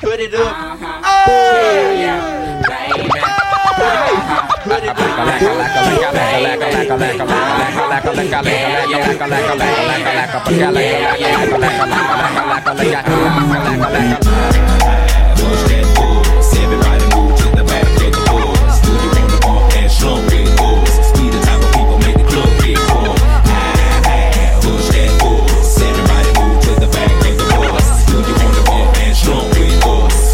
put it up.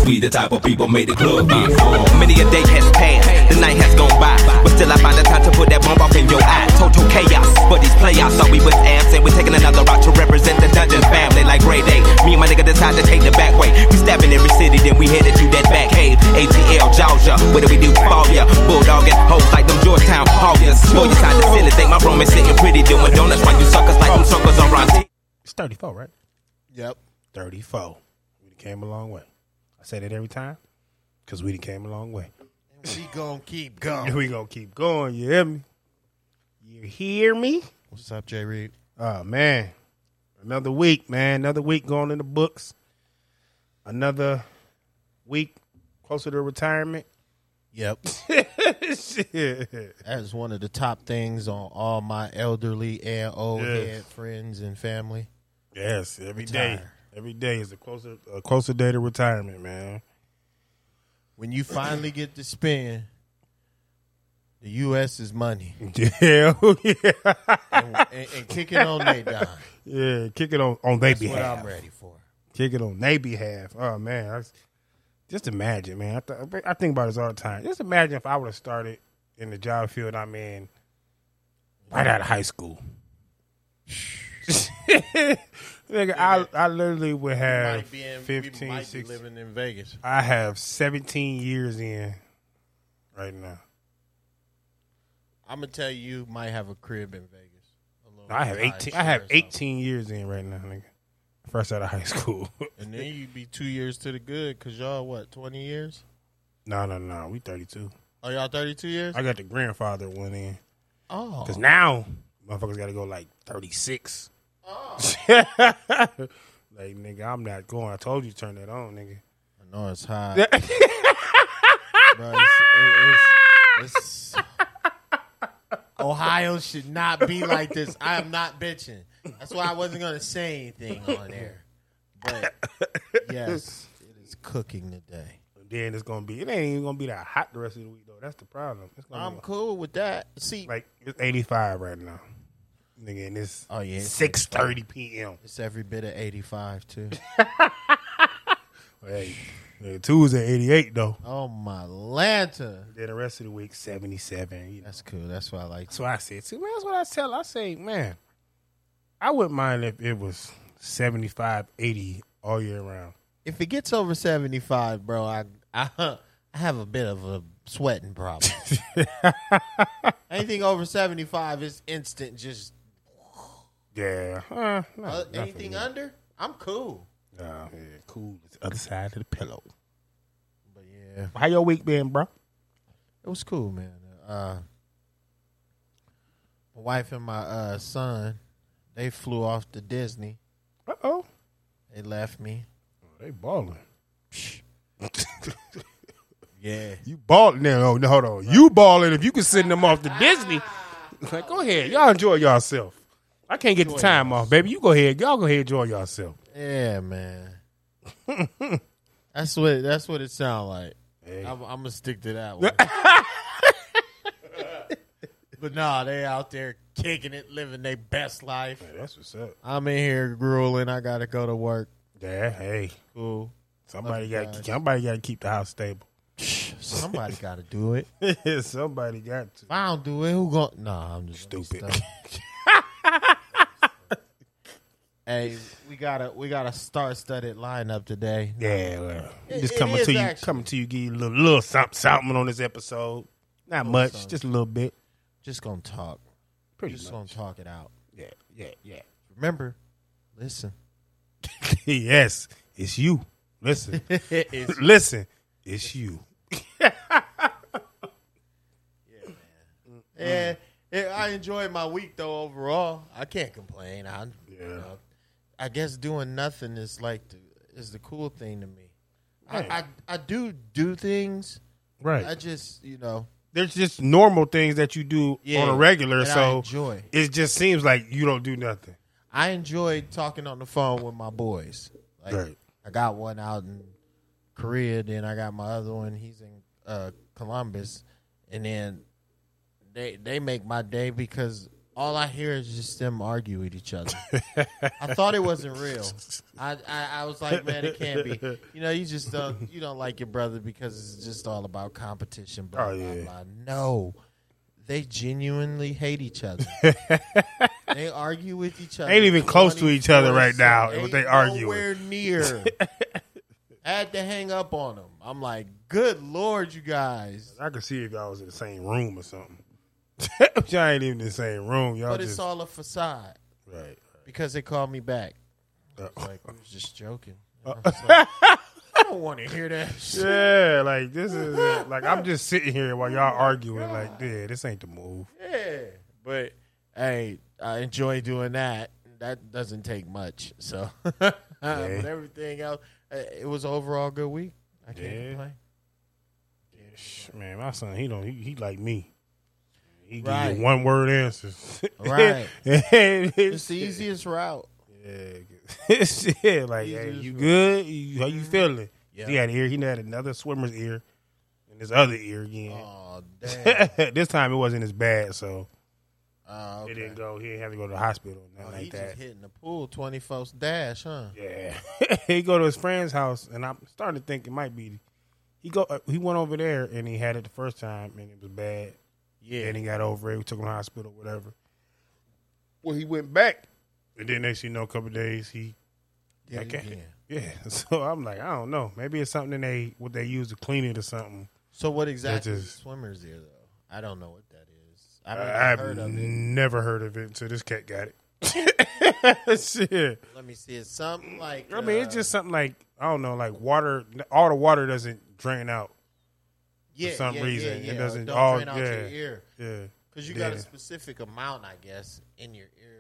We the type of people made the club get full. Many a day has passed, the night has gone by, but still I find the time to put that bump off in your eye. Total chaos, but these playoffs thought we was absent. We're taking another route to represent the dungeon family like Grey Day. Me and my nigga decide to take the back way. We stabbing every city, then we headed to that back cave. ATL, Georgia, what do we do? Fall ya, bulldog and hoes like them Georgetown hawkers. Boy, you sound silly, think my room is sitting pretty, doing donuts while you suckers like them suckers on Ron T. It's 34, right? Yep. 34. We done came a long way. I say that every time because we done came a long way. She gonna keep going. And we gonna keep going. You hear me? You hear me? What's up, Jay Reed? Oh man, another week, man. Another week going in the books. Another week closer to retirement. Yep. Shit. That is one of the top things on all my elderly and old Yes. head friends and family. Yes, every day. Retire. Every day is a closer a closer day to retirement, man. When you finally get to spend the U.S.'s money Yeah, oh, yeah, and, and, and kick it on they dime, yeah. Kick it on on their that's what behalf. I'm ready for. Kick it on their behalf. Oh man, I, just imagine, man. I, th- I think about this all the time. Just imagine if I would have started in the job field I'm in right out of high school. Nigga, I I literally would have Might be in, 15, 15, might be 16. living in Vegas. I have 17 years in right now. I'm gonna tell you, you might have a crib in Vegas. A little I have high 18. I have share or something. 18 years in right now, nigga. Fresh out of high school. and then you'd be two years to the good because y'all what 20 years? no, no, no. We 32. Are y'all 32 years? I got the grandfather one in. Oh, Because now, motherfuckers got to go like 36. Oh. like, nigga, I'm not going. I told you to turn that on, nigga. I know it's hot. Bro, it's- it- it's- it's- Ohio should not be like this. I am not bitching. That's why I wasn't going to say anything on there. But yes, it is cooking today. And then it's going to be, it ain't even going to be that hot the rest of the week, though. That's the problem. It's going I'm to be cool with that. See, like, it's 85 right now. Nigga, and it's Oh, yeah, it's 6.30 p.m. it's every bit of 85 too. Hey, nigga, Tuesday, 88, though. Oh my lanta. Then the rest of the week, 77. You know. That's cool. That's why I like. So I said, see, man, that's what I tell. I say, man, I wouldn't mind if it was 75, 80 all year round. If it gets over 75, bro, I I, I have a bit of a sweating problem. anything over 75 is instant just Yeah. Huh, no, Uh, not for anything me. under, I'm cool. Nah, yeah, cool. It's the other side of the pillow. But yeah, How your week been, bro? it was cool, man. Uh, my wife and my uh, son, they flew off to Disney. Uh oh. They left me. They balling. Yeah, You balling there. Oh, no, hold on. You balling if you can send them off to Disney. Like, go ahead. Y'all enjoy yourself. I can't get the time off, baby. You go ahead. Y'all go ahead enjoy yourself. yeah, man. that's what that's what it sound like. Hey. I'm, I'm gonna stick to that one. but nah, they out there kicking it, living their best life. That's what's up. I'm in here grueling. I gotta go to work. Yeah, hey. Cool. Somebody Love you got to guys. somebody got to keep the house stable. Somebody gotta do it. somebody got to. If I don't do it, who gon' Nah, I'm just gonna be Stupid. stuck. hey, we got a we got a star studded lineup today. Yeah, well, It- just it coming is to you, actually. coming to you, give you a little, little something, something on this episode. Not much, something. just a little bit. Just gonna talk. Pretty just much. gonna talk it out. Yeah, yeah, yeah. Remember, listen. yes, it's you. Listen, It's- listen, it's you. Yeah, yeah, eh, I enjoyed my week though. Overall, I can't complain. I, you Yeah. know, I guess doing nothing is like the, is the cool thing to me. I, I I do do things. Right. I just you know There's just normal things that you do Yeah, on a regular. that I So enjoy. it just seems like you don't do nothing. I enjoy talking on the phone with my boys. Like, Right. I got one out in Korea, then I got my other one. He's in uh, Columbus, and then they they make my day because all I hear is just them argue with each other. I thought it wasn't real. I, I I was like, man, it can't be. You know, you just don't you don't like your brother because it's just all about competition. Blah, Oh, blah, yeah. blah. No. They genuinely hate each other. they argue with each other. Ain't even close to each other right now, 24/7. what they Ain't arguing. Nowhere near. I had to hang up on them. I'm like, good lord, you guys. I could see if y'all was in the same room or something. y'all ain't even in the same room. Y'all But just it's all a facade right. because they called me back. Uh, Like, I was just joking. I, was like, I don't want to hear that. shit. yeah, like this is it. like I'm just sitting here while Oh y'all arguing. Like, yeah, this ain't the move. Yeah, but hey, I enjoy doing that. That doesn't take much. So, but everything else, uh, it was an overall good week. I can't Yeah. complain. Sh- Man, my son, he don't. He, he like me. He give Right. you one word answers. Right. It's it's the easiest route. Yeah, it's, yeah like hey, Easiest you good? You, how you feeling? Mm-hmm. Yeah. He had ear. He had another swimmer's ear, and his other ear again. Oh damn! this time it wasn't as bad, so Oh, okay. it didn't go. He didn't have to go to the hospital or Oh, nothing he like that. just hitting the pool twenty folks dash, huh? Yeah, he go to his friend's house, and I'm starting to think it might be. He go. uh, He went over there, and he had it the first time, and it was bad. Yeah. and he got over it. We took him to the hospital, whatever. Well, he went back, and then next thing you know, a couple of days he. Did it Okay. again. Yeah, so I'm like, I don't know. Maybe it's something they what they use to clean it or something. So what exactly That is just- swimmers there though? I don't know what that is. I I, haven't have heard of it. never heard of it until this cat got it. Shit. Let me see. It's something like I mean, it's uh, just something like I don't know, like water. All the water doesn't drain out. yeah, some yeah, reason, yeah, it yeah. doesn't- Don't oh, drain out yeah. your ear Yeah, because you got Yeah. a specific amount, I guess, in your ear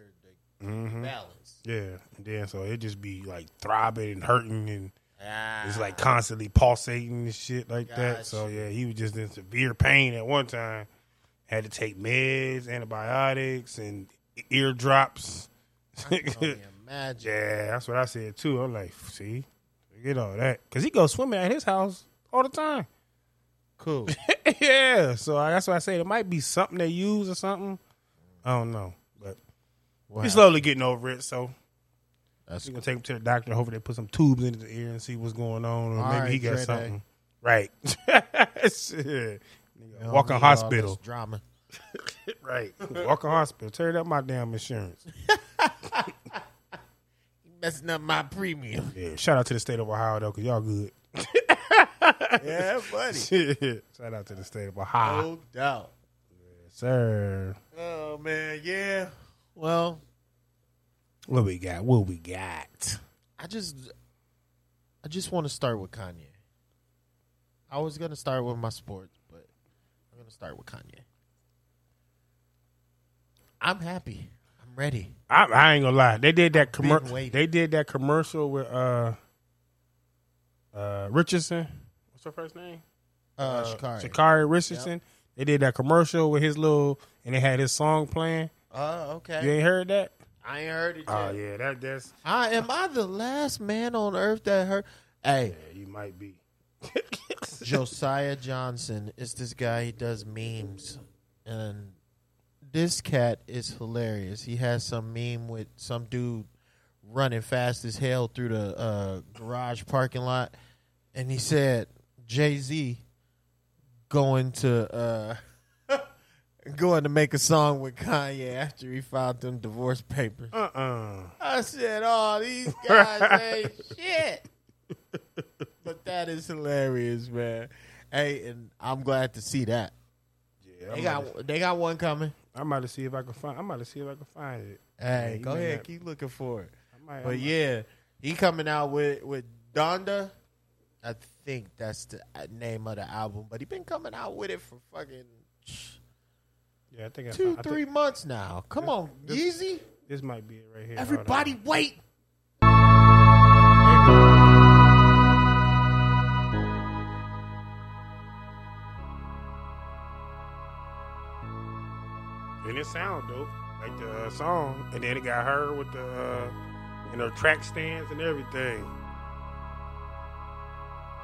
to balance. yeah. And then so it just be like throbbing and hurting, and Ah, it's like constantly pulsating and shit like that. So Gotcha. yeah, he was just in severe pain at one time. Had to take meds, antibiotics, and e-, ear drops. I can only imagine. Yeah, that's what I said too. I'm like, see, forget all that because he goes swimming at his house all the time. Cool. yeah, so I, that's what I said. It might be something they use or something. I don't know, but Wow. he's slowly getting over it. So That's we're gonna take him to the doctor. Hopefully they put some tubes in his ear and see what's going on, or All maybe right, he got Dre Day. something. Right. Shit. cool. Walking Don't need all hospital. this drama. Right. Walking hospital. Tear up my damn insurance. Messing up my premium. Yeah. Shout out to the state of Ohio though, cause y'all good. yeah, buddy. Shit. Shout out to the state of Ohio, No doubt. sir. Oh man, yeah. Well, What we got? What we got? I just I just want to start with Kanye. I was gonna start with my sports, but I'm gonna start with Kanye. I'm happy. I'm ready. I, I ain't gonna lie. They did that been commercial. waiting. They did that commercial with uh, uh, Richardson. What's her first name? Uh, Shikari. Shakari Richardson. They did that commercial with his little, and they had his song playing. Oh, You okay. ain't heard that? I ain't heard it yet. Oh yeah, that that's I am I the last man on earth that heard Hey, yeah, you might be. Josiah Johnson is this guy. He does memes, and this cat is hilarious. He has some meme with some dude running fast as hell through the uh, garage parking lot, and he said Jay Z going to uh, going to make a song with Kanye after he filed them divorce papers. Uh uh I said, "Oh, these guys ain't shit." But that is hilarious, man. Hey, and I'm glad to see that Yeah, I'm they about, got they got one coming. to, I'm about to see if I can find. I'm about to see if I can find it. Hey, you go may ahead, not- keep looking for it. I might, I But might- yeah, he coming out with with Donda. I think that's the uh, name of the album. But he been coming out with it for fucking yeah, I think I two, found- I think three months now. Come on, Yeezy. This might be it right here. Hold on. Everybody wait. it sound dope, like the uh, song, and then it got her with the uh, you know track stands and everything.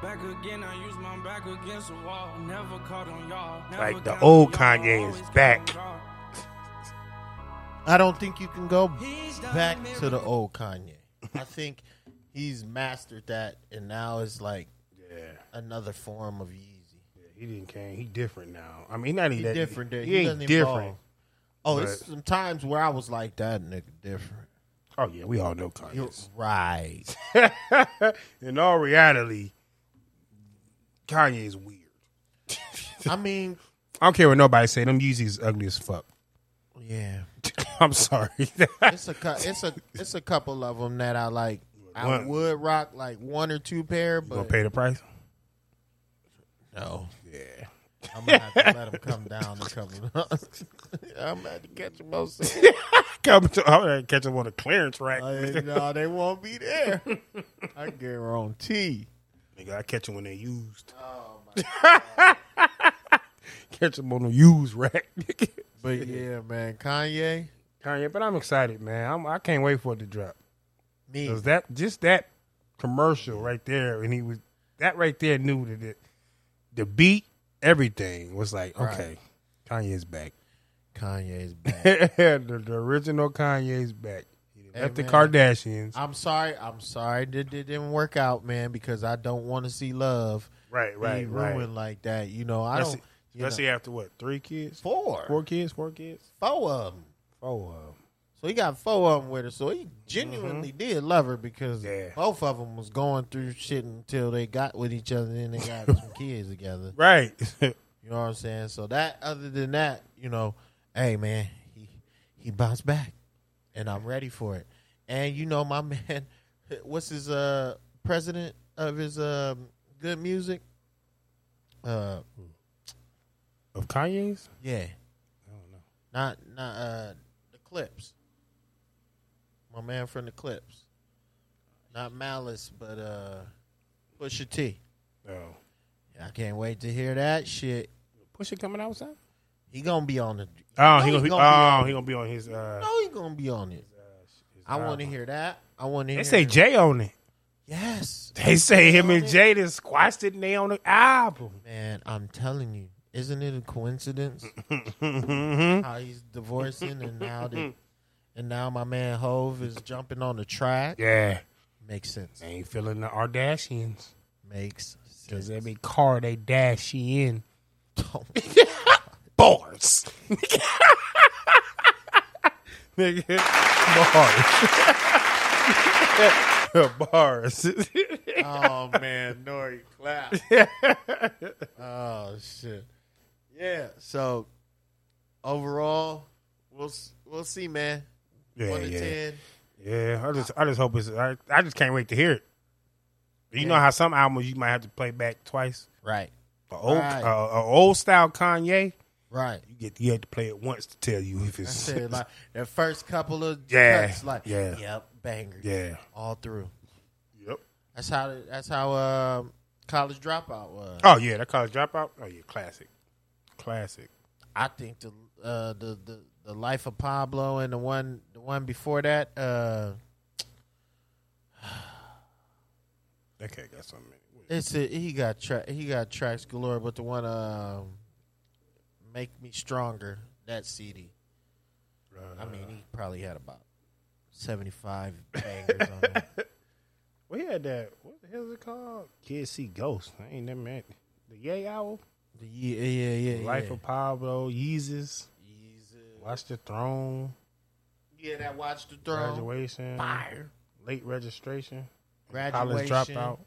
Back again, I use my back against the wall. Never caught on y'all. Like, Never the got old on y'all, Kanye is always back. caught on y'all. I don't think you can go He's done back to the miracles. old Kanye. I think he's mastered that, and now it's like Yeah, another form of Yeezy. yeah, he didn't came. He different now. I mean, he not even He that, different. There. He, He, ain't doesn't different. Evolve. Oh, it's But- some times where I was like that nigga different. Oh yeah, we all know Kanye. You're right. In all reality, Kanye is weird. I mean, I don't care what nobody say. Them Yeezys ugly as fuck. yeah. I'm sorry. It's a cou- it's a it's a couple of them that I like. I One. would rock like one or two pair, Gonna but pay the price? no. Yeah. I'm gonna have to let them come down and come up. I'm gonna have to catch them outside. Come to, I'm gonna catch him on the clearance rack. Like, no, they won't be there. I guarantee. Nigga, I catch them when they used. Oh my. Catch them on the used rack. But yeah, man, Kanye. Kanye, but I'm excited, man. I'm, I can't wait for it to drop. Me, Cause that just that commercial right there, and he was that right there knew that it, the beat, everything was like, okay, Kanye's back. Kanye's back. the, the original Kanye's back. He done Hey, left the man. Kardashians. I'm sorry. I'm sorry that it didn't work out, man, because I don't want to see love right, be ruined like that. You know, I Let's don't. see, you know, after what? Three kids? four, Four kids? Four kids? four of them. Four. of 'em. So he got four of them with her. So he genuinely did love her because Mm-hmm. Yeah. both of them was going through shit until they got with each other and then they got some kids together. Right. You know what I'm saying? So that other than that, you know, hey man, he he bounced back, and I'm ready for it. And you know, my man, what's his uh president of his um good music? Uh, of Kanye's? yeah, I don't know. not not uh the Clips. My man from the Clips, not Malice, but uh Pusha T. No. I can't wait to hear that shit. Pusha coming out with He gonna be on the. Oh, No, he gonna he be, gonna oh, he gonna be on his. Uh, No, he gonna be on it. his I want to album. hear that. I want to hear. They say Jay on it. yes, They say him and it. Jay just squashed it and they on the album. man. I'm telling you, isn't it a coincidence Mm-hmm. how he's divorcing and now the, and now my man Hove is jumping on the track? Yeah, Makes sense. they ain't feeling the Kardashians Makes because sense. every car they dash you in, Oh, bars. Nigga, bars. bars. oh, man, Nori clap. oh shit. Yeah. So overall, we'll s- we'll see, man. yeah, One to yeah, ten. yeah. I just, I just hope it's. I, I just can't wait to hear it. You know Yeah. how some albums you might have to play back twice. Right. A old, Right. uh, a old style Kanye, Right. you get you have to play it once to tell you if I it's said like the first couple of Yeah, cuts, like yeah. yep, banger, yeah. all through. Yep. That's how that's how um college dropout was. Oh yeah, that college dropout. Oh yeah, classic, classic. I think the uh the, the the life of Pablo and the one the one before that uh That cat got something. in it. it's a, he got tra- he got tracks galore, but the one um make me stronger that CD. I mean he probably had about seventy five bangers on it. We had that. What the hell is it called? Kids see ghosts. I ain't never met the Yay Owl, The- Yeah, yeah, yeah. Life yeah. of Pablo, Yeezus, Yeezus. Watch the Throne, Yeah, that watch the throne. Graduation, Fire. Late Registration, Graduation. College Dropout.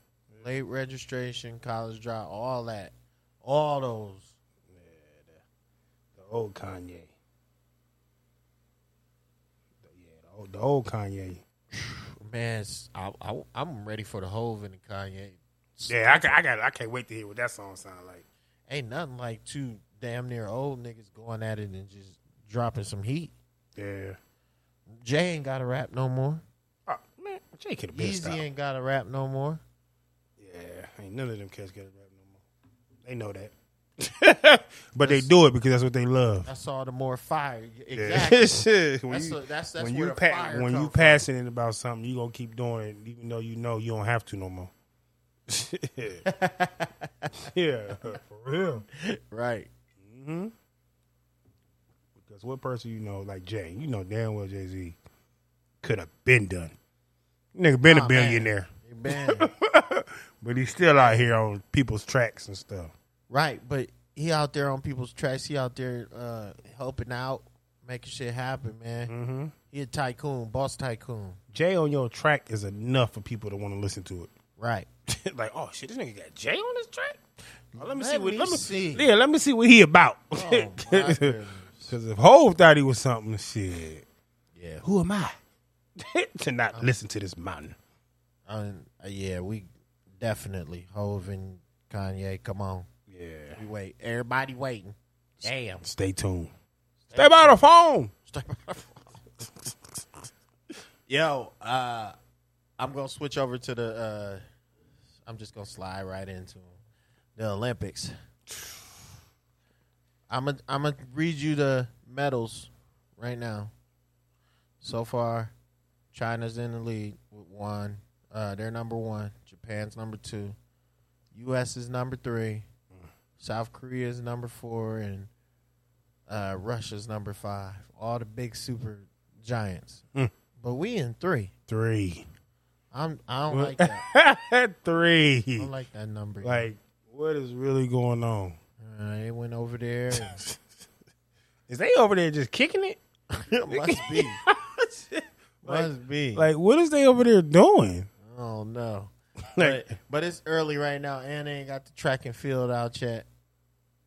Late registration, college dropout, all that. All those. The old Kanye. The- yeah, the old, the old Kanye. Man, it's- I, am ready for the Hove and the Kanye. Yeah, I, ca- I got. I can't wait to hear what that song sound like. Ain't nothing like two damn near old niggas going at it and just dropping some heat. Yeah. Jay ain't got to rap no more. Oh man, Jay could have been Yeezy ain't got to rap no more. Yeah, ain't none of them cats got it rap no more. They know that. But they do it because that's what they love. That's all the more fire. Yeah. Exactly. Shit, when That's you, a- that's- that's when where you the fire when come you from. passionate about something, you gonna keep doing it, even though you know you don't have to no more. yeah, for real. Right. Because what person you know, like Jay, you know damn well Jay Z could have been done. Nigga been a Aw, Oh, man. billionaire, Amen. but he's still out here on people's tracks and stuff. right, but he out there on people's tracks. He out there uh, helping out, making shit happen, man. Mm-hmm. He a tycoon, boss tycoon. Jay on your track is enough for people to want to listen to Right. it. like, oh shit, this nigga got Jay on his track. Oh, let me Let see what. me let me see. Yeah, let me see what he about. Oh, my goodness. Because if Hove thought he was something, shit, yeah. who am I to not listen to this mountain? Um, yeah, we definitely Hov and Kanye. Come on, Yeah. we wait. Everybody waiting. Damn. Stay tuned. Stay by the phone. Yo, uh, I'm gonna switch over to the. Uh, I'm just gonna slide right into 'em. the Olympics. I'm gonna I'm gonna read you the medals right now. So far, China's in the lead with one. Uh, they're number one. Japan's number two. U.S. is number three. South Korea is number four, and uh, Russia's number five. All the big super giants. But we in three. Three. I'm I don't like that. I Three. don't like that number. Like, what is really going on? uh, it went over there. and- Is they over there just kicking it? must be. must be. Like, what is they over there doing? oh no. Like, But, but it's early right now, and they ain't got the track and field out yet.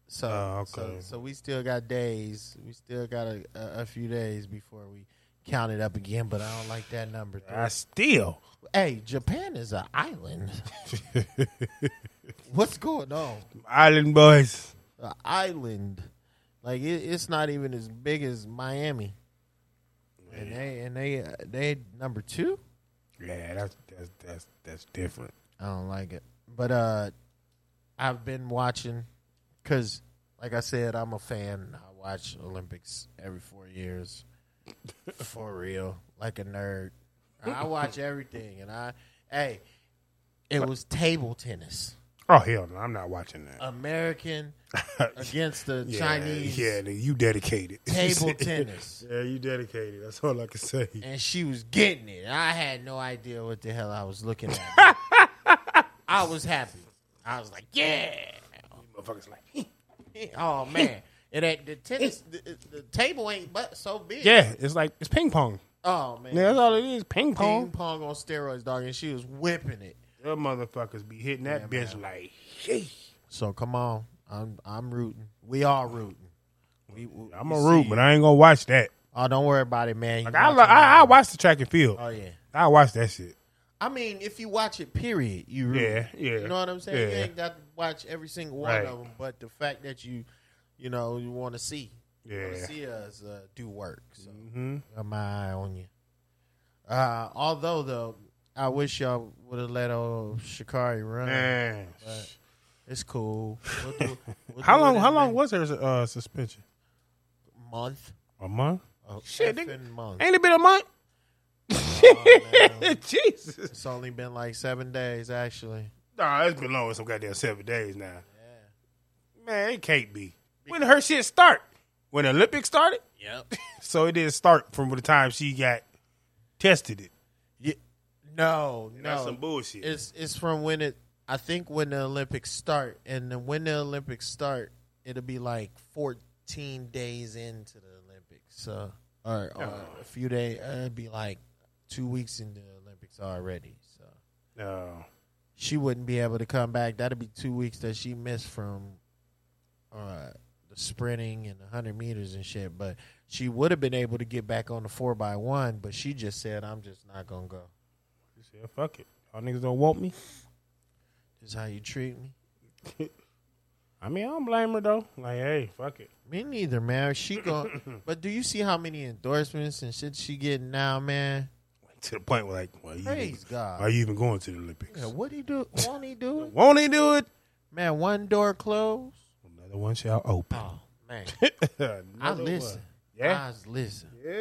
So, Oh, so okay. so we still got days. We still got a, a, a few days before we count it up again. But I don't like that number. Three. I still. Hey, Japan is an island. What's going on? Island boys. An island. Like it, it's not even as big as Miami. And they and they uh, they number two. Yeah, that's that's that's that's different. I don't like it. But uh I've been watching cuz like I said I'm a fan. I watch Olympics every 4 years. For real, like a nerd. I watch everything and I hey, it was table tennis. Oh hell no, I'm not watching that. American against the Yeah, Uh, Chinese Yeah, nigga, you dedicated. table tennis. Yeah, you dedicated. That's all I can say. and she was getting it. I had no idea what the hell I was looking at. I was happy. I was like, yeah. Motherfuckers like, Oh man. And at the tennis, the, the table ain't but so big. yeah, it's like it's ping pong. Oh man. Yeah, that's all it is, ping pong. Ping pong on steroids, dog, and she was whipping it. Your motherfuckers be hitting that bitch like, hey. So come on, I'm I'm rooting. We all rooting. We, I'm a root, but I ain't gonna watch that. oh, don't worry about it, man. You Like I, watching lo- I, I now. watch the track and field. Oh yeah. I watch that shit. I mean, if you watch it, period, you root. Yeah, yeah, You know what I'm saying? You yeah. ain't got to watch every single one Right. of them, but the fact that you, you know, you want to see, you want Yeah. Mm-hmm. to see us uh, do work. So, got my eye on you. Uh, although though, I wish y'all would have let old Shikari run. Man, It's cool. We'll do- we'll how do it long? in How a long minute. was her uh, suspension? month? A month? A Shit, effing nigga. month. Ain't it been a month? Oh, man. Jesus. it's only been like seven days actually. Nah, it's been longer than some goddamn seven days now. Man, it can't be. When did her shit start? When the Olympics started? Yep. So it didn't start from the time she got tested it. Yeah. No, no. That's some bullshit. It's it's from when it. I think when the Olympics start, and then when the Olympics start, it'll be like fourteen days into the Olympics. So or, or a few days. It'll be like two weeks into the Olympics already. So No. she wouldn't be able to come back. That'll be two weeks that she missed from uh, the sprinting and the hundred meters and shit. But she would have been able to get back on the four by one, but she just said, "I'm just not gonna go." She said, fuck it. Y'all niggas don't want me. This is how you treat me. I mean, I don't blame her though. Like, hey, fuck it. Me neither, man. She going, but do you see how many endorsements and shit she getting now, man? To the point where like, why you, Praise God. why you even going to the Olympics? Yeah, what he do? Won't he do it, Won't he do it? man? One door closed, Another one shall open. Oh man, Another I one. listen. Yeah. I was listen. Yeah.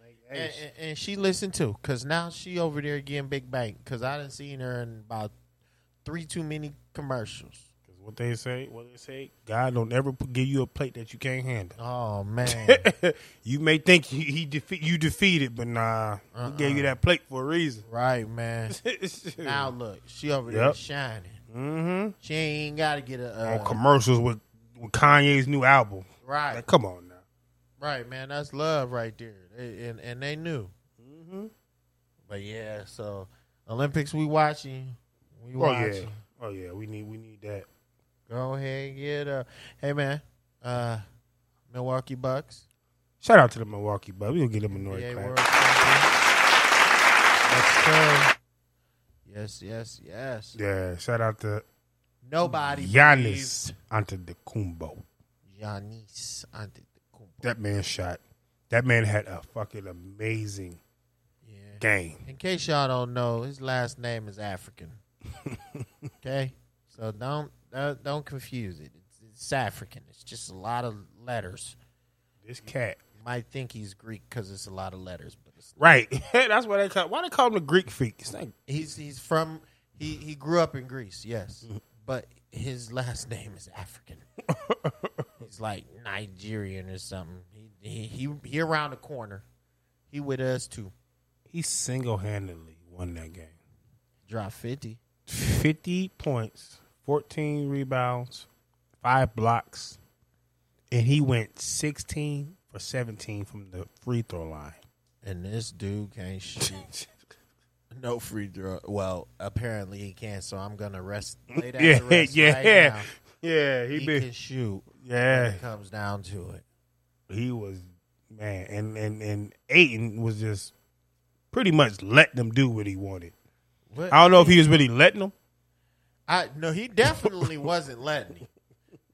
Like, hey, And, and, and she listened too, cause now she over there getting big bang. Cause I done seen her in about three too many commercials. 'cause what they say, what they say, God don't ever p- give you a plate that you can't handle. Oh man, you may think he, he defe- you defeated, but nah, he gave you that plate for a reason. right man. Uh-uh. Now look, she over there Yep. shining. mm-hmm. She ain't got to get a uh, on commercials with, with Kanye's new album. right, Like, come on now. right man. That's love right there, They- and and they knew. Mm-hmm. But yeah, so Olympics we watching. We Oh watching. yeah. Oh yeah. We need we need that. Go ahead, and get up. Hey man, uh, Milwaukee Bucks. Shout out to the Milwaukee Bucks. We'll get them a North NBA World Clap. Champion. Yes, sir. Yes, yes, yes. Yeah. Shout out to Nobody. Giannis Antetokounmpo. believes Giannis Antetokounmpo. That man shot. That man had a fucking amazing yeah. game. In case y'all don't know, his last name is African. okay, so don't don't, don't confuse it. It's, it's African. It's just a lot of letters. This cat. You might think he's Greek because it's a lot of letters, but it's, Right. That's why they call. Why they call him the Greek freak? It's not. he's he's from he he grew up in Greece. Yes, but his last name is African. he's like Nigerian or something. He he he, he around the corner. He with us too. He single handedly won that game. Drop fifty. Fifty points, fourteen rebounds, five blocks, and he went sixteen for seventeen from the free throw line. And this dude can't shoot no free throw. Well, apparently he can, so I'm gonna rest. Lay down yeah, the rest yeah, right yeah, now. yeah. He, He been, can shoot. yeah. When it comes down to it. He was man, and and and Aiton was just pretty much letting them do what he wanted. What- I don't know if he was really letting them. I no, he definitely wasn't letting me,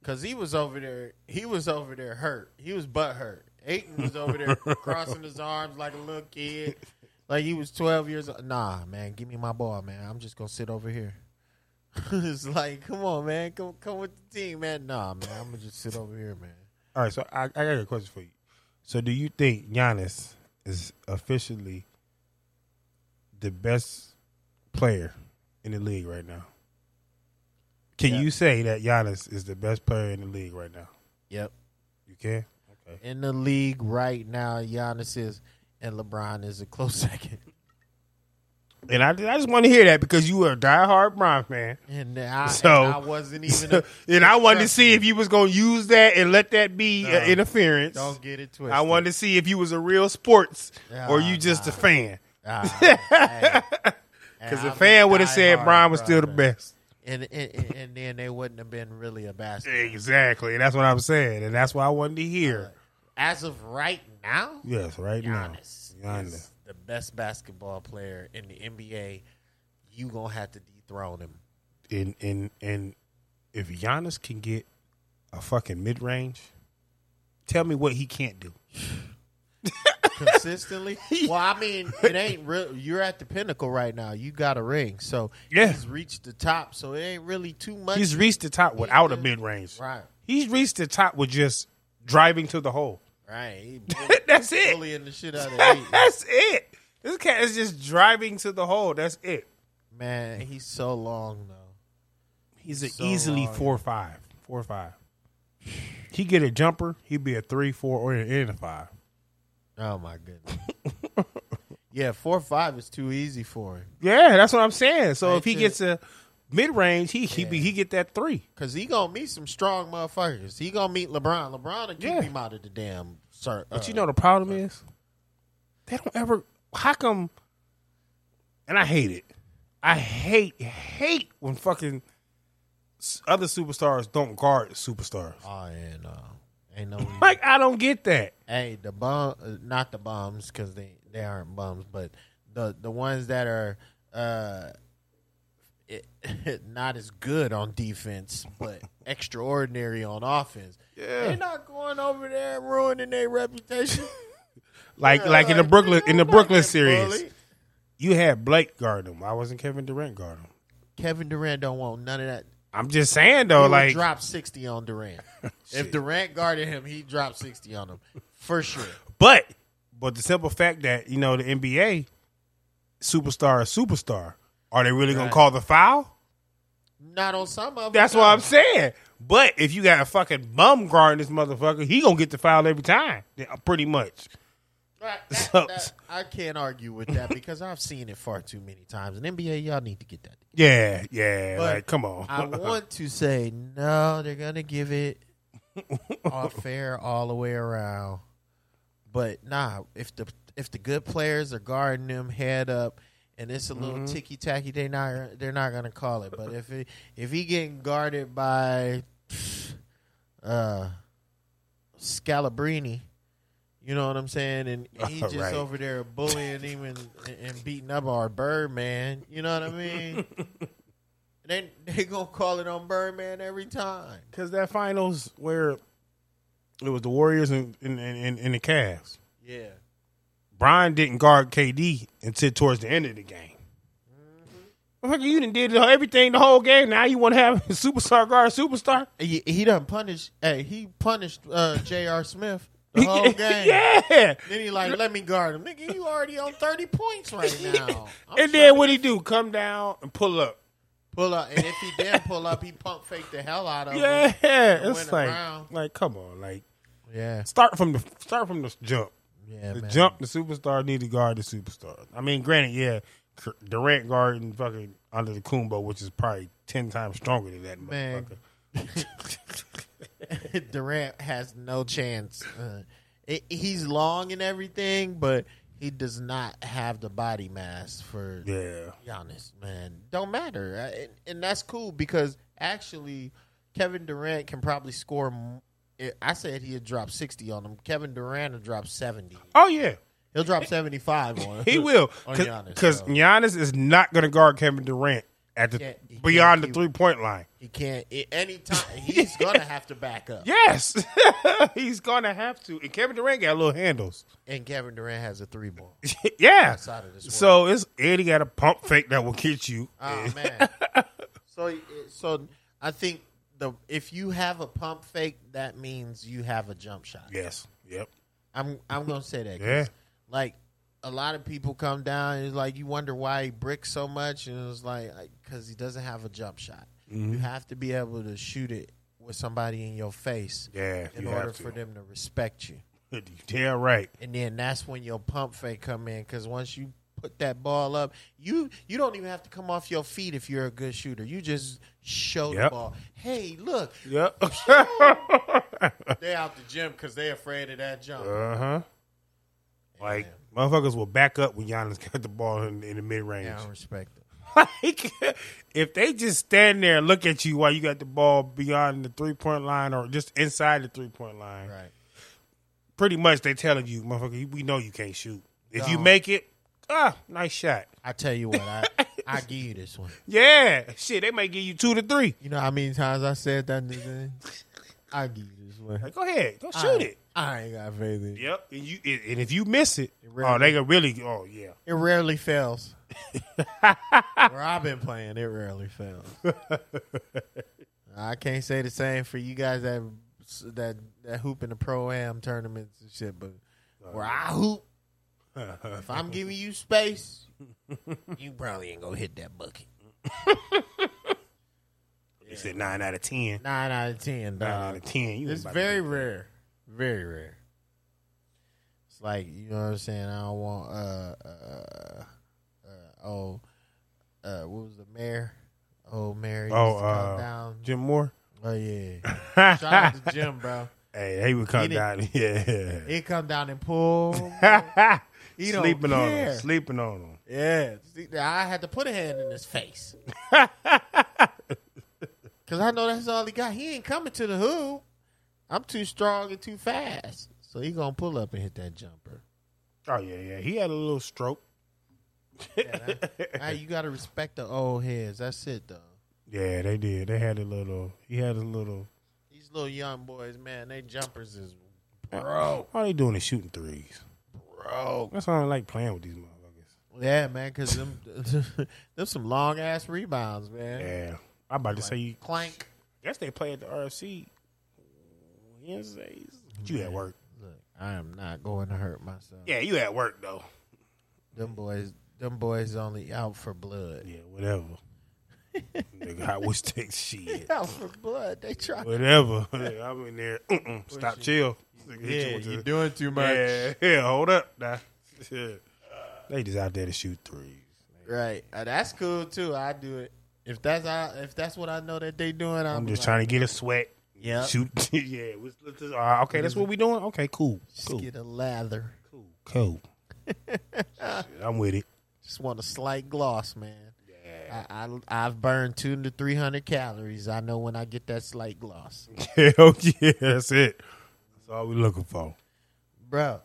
cause he was over there. He was over there hurt. He was butt hurt. Aiton was over there crossing his arms like a little kid, like he was twelve years old. Nah, man, give me my ball, man. I'm just gonna sit over here. it's like, come on, man, come come with the team, man. Nah, man, I'm gonna just sit over here, man. All right, so I, I got a question for you. So, do you think Giannis is officially the best player in the league right now? Can Yeah. you say that Giannis is the best player in the league right now? Yep. You can. In the league right now, Giannis is and LeBron is a close second. And I, I just want to hear that because you are a diehard Bron fan. And I, So- and I wasn't even. a- and I wanted to see if you was going to use that and let that be uh, No. interference. don't get it twisted. I wanted to see if you was a real sports or Nah, you just a nah. fan. Ah, Because Because a fan would have said Bron was still the best. And, and and- and then they wouldn't have been really a basketball. Exactly. That's what I'm saying. And that's what I wanted to hear. As of right now, yes, right Giannis now. Giannis. is the best basketball player in the NBA. You gonna have to dethrone him. And, and, and if Giannis can get a fucking mid range, tell me what he can't do. consistently. well, I mean, it ain't real. You're at the pinnacle right now. You got a ring, so Yeah. he's reached the top. So it ain't really too much. He's reached the top without a mid range. right, He's reached the top with just driving to the hole. right. He That's it. bullying the shit out of Aiton. That's it. This cat is just driving to the hole. That's it. man. He's so long though. He's a So easily long. four or five. Four or five. He get a jumper, he'd be a three, four, or an in a five. Oh my goodness. yeah, four or five is too easy for him Yeah, that's what I'm saying. So Right if he to- gets a mid range, he he be, Yeah. he get that three. because he gonna meet some strong motherfuckers. He gonna meet LeBron. LeBron will keep Yeah. him out of the damn. uh, Sir, But you know the problem is they don't ever. How come? And I hate it. I hate hate when fucking s- other superstars don't guard superstars. oh, and uh, ain't no. reason. Like I don't get that. Hey, the bum, uh, not the bums, because they they aren't bums, but the the ones that are uh, it, not as good on defense, but extraordinary on offense. Yeah. They're not going over there and ruining their reputation. Like like in the Like, Brooklyn in the nobody Brooklyn get series, bullied. you had Blake guard him. Why wasn't Kevin Durant guard him? Kevin Durant don't want none of that. I'm just saying though, He would Oh, like drop sixty on Durant. if Durant guarded him, he dropped sixty on him for sure. But but the simple fact that you know the NBA superstar is superstar. Are they really gonna Right. call the foul? Not on some of them. That's what no. I'm saying. But if you got a fucking bum guarding this motherfucker, he gonna get the foul every time, yeah, pretty much. Right, that- So- that- I can't argue with that because I've seen it far too many times. And NBA, y'all need to get that. Yeah, yeah. But like, come on. I want to say no, they're gonna give it all fair all the way around. But nah, if the if the good players are guarding them head up and it's a little Mm-hmm. ticky tacky, they not they're not gonna call it. But if it, if he getting guarded by uh Scalabrini, you know what I'm saying, and he's just Right. over there bullying him and, and beating up our Birdman. You know what I mean? They they gonna call it on Birdman every time. Because that finals where it was the Warriors and, and, and, and the Cavs, Yeah. Brian didn't guard KD until towards the end of the game. Motherfucker, you done did everything the whole game. Now you want to have a superstar guard superstar? He, he done punished hey, he punished uh J.R. Smith the whole game. yeah. Then he like, let me guard him. Nigga, you already on thirty points right now. I'm and then tryna what he do? Come down and pull up. pull up and if he did pull up, he pump faked the hell out of him. Yeah, win it's a like, round. like, come on, like, Yeah. start from the start from the jump. Yeah. The man. jump, the superstar need to guard the superstar. I mean, granted, yeah, K- Durant guarding fucking under the Kumbo, which is probably ten times stronger than that Man. motherfucker. Durant has no chance. Uh, it, he's long and everything, but he does not have the body mass for Yeah, Giannis, man, don't matter, Uh, and, and that's cool because actually, Kevin Durant can probably score. m- I- I said he'd drop sixty on him. Kevin Durant will drop seventy. oh yeah, He'll drop seventy five on. he will on Giannis, because so. Giannis is not going to guard Kevin Durant at the Yeah, he can't beyond the keep- three point line. He can't at any time. He's gonna have to back up. Yes, he's going to have to. And Kevin Durant got little handles. And Kevin Durant has a three ball. yeah, Outside of this world. so it's Eddie got a pump fake that will get you. Oh man. so so I think the if you have a pump fake, that means you have a jump shot. yes, yep, I'm I'm gonna say that. 'cause, Yeah. Like a lot of people come down and it's like you wonder why he bricks so much, and it's like because he doesn't have a jump shot. Mm-hmm. You have to be able to shoot it with somebody in your face, Yeah, in you order have to. for them to respect you. you damn right. And then that's when your pump fake come in because once you put that ball up, you you don't even have to come off your feet if you're a good shooter. You just show the Yep. ball. Hey, look, Yep. uh they out the gym because they afraid of that jump. huh. Like motherfuckers will back up when Giannis got the ball in, in the mid range. yeah, I respect it. Like if they just stand there and look at you while you got the ball beyond the three point line or just inside the three point line, Right. pretty much they telling you, motherfucker, we know you can't shoot. If you No. make it, ah, nice shot. I tell you what, I I give you this one. Yeah, shit, they might give you two to three. You know how many times I said that in the day? I give you this one. Like, go ahead, go shoot I- it. I ain't got faith in it. Yep, and you and if you miss it, really- oh, they can really, oh yeah. It rarely fails. Where I've been playing, it rarely fails. I can't say the same for you guys that that that hoop in the pro am tournaments and shit, but where I hoop, if I'm giving you space, you probably ain't gonna hit that bucket. He said nine out of ten. Nine out of Nine ten. dog. out of ten. You It's about to very rare. Very rare. It's like, you know what I'm saying? I don't want uh uh uh oh uh what was the mayor? Oh Mary Oh, used to come uh, down. Jim Moore. Oh yeah. hey, Shout out to Jim, bro. he would come He down. didn't- Yeah, He come down and pull. He don't sleeping on care. him. Sleeping on him. Yeah. See, I had to put a hand in his face. Cause I know that's all he got. He ain't coming to the hoop. I'm too strong and too fast. So he gonna pull up and hit that jumper. Oh yeah, yeah. He had a little stroke. Hey, you gotta respect the old heads. That's it though. Yeah, they did. They had a little. He had a little. These little young boys, man, they jumpers is Bro, all they doing is shooting threes. broke. That's why I don't like playing with these motherfuckers. Yeah, man, because them, them some long ass rebounds, man. Yeah, I'm about to say you. Clank. guess they play at the RFC Wednesdays. But you at work? Look, I am not going to hurt myself. Mm-hmm. Yeah, you at work though. Them boys, them boys only out for blood. Yeah, whatever. Nigga, I wish take shit. Out for blood. They try. Whatever. Nigga, I'm in there. Mm-mm, stop, chill. Nigga, hit you Yeah, with the- you're doing too much. Yeah, yeah, hold up. Nah. Yeah. They just out there to shoot threes. Right. Uh, that's cool too. I do it. If that's how, if that's what I know that they doing, I'm, I'm just trying to get a sweat. Yeah. Shoot. yeah. let's- let's- let's- uh, okay, that's what we doing? Okay, cool. Just Cool. get a lather. Cool. Shit, I'm with it. Just want a slight gloss, man. Yeah. I, I I've burned two to three hundred calories. I know when I get that slight gloss, Hell yeah, that's it. That's all we looking for. bro.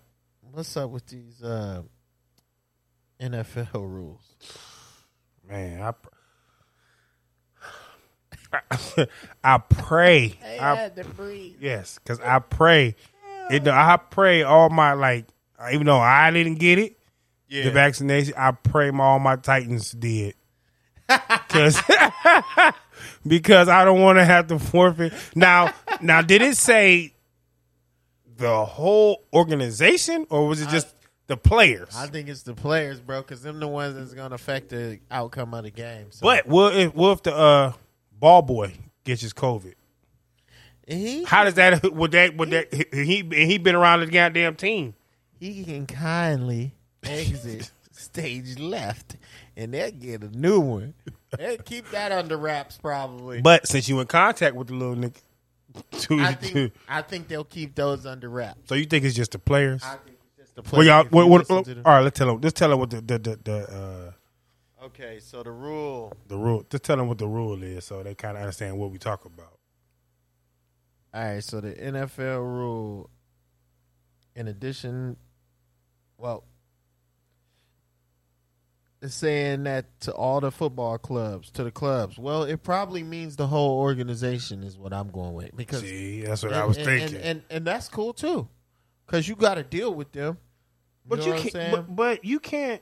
What's up with these uh, NFL rules? Man, I pr- I, pray. I to breathe. Yes, because I pray. It, I pray all my like, even though I didn't get it, the vaccination. I pray my all my Titans did, 'Cause- because I don't want to have to forfeit. Now, now, did it say the whole organization or was it just the players? I think it's the players, bro, because them the ones that's gonna affect the outcome of the game. So but what if, what if the uh, ball boy gets his COVID? he How does that? Would that? Would that? He he he been around the goddamn team. he can kindly exit stage left, and they'll get a new one. They'll keep that under wraps, probably. But since you in contact with the little nigga, dude, I think I think they'll keep those under wraps. so you think it's just the players? I think it's just the well, players. y'all, if you what, what, listen what- to them. all right, let's tell them. Let's tell them what the the the, the, uh, Okay, so the rule. the rule. Just tell them what the rule is, so they kind of understand what we talk about. All right, so the NFL rule. In addition, well, it's saying that to all the football clubs, to the clubs. Well, it probably means the whole organization is what I'm going with because See, that's what I was and, thinking. and, and and that's cool too, because you got to deal with them. but know you what I'm can't. saying? But, but you can't.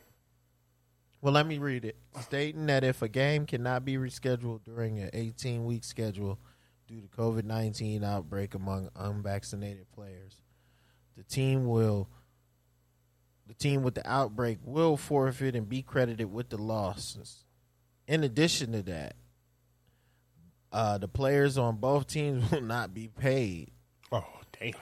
Well, let me read it. Stating that if a game cannot be rescheduled during an 18 week schedule due to COVID 19 outbreak among unvaccinated players, the team will. The team with the outbreak will forfeit and be credited with the losses. In addition to that, uh, the players on both teams will not be paid. Oh damn!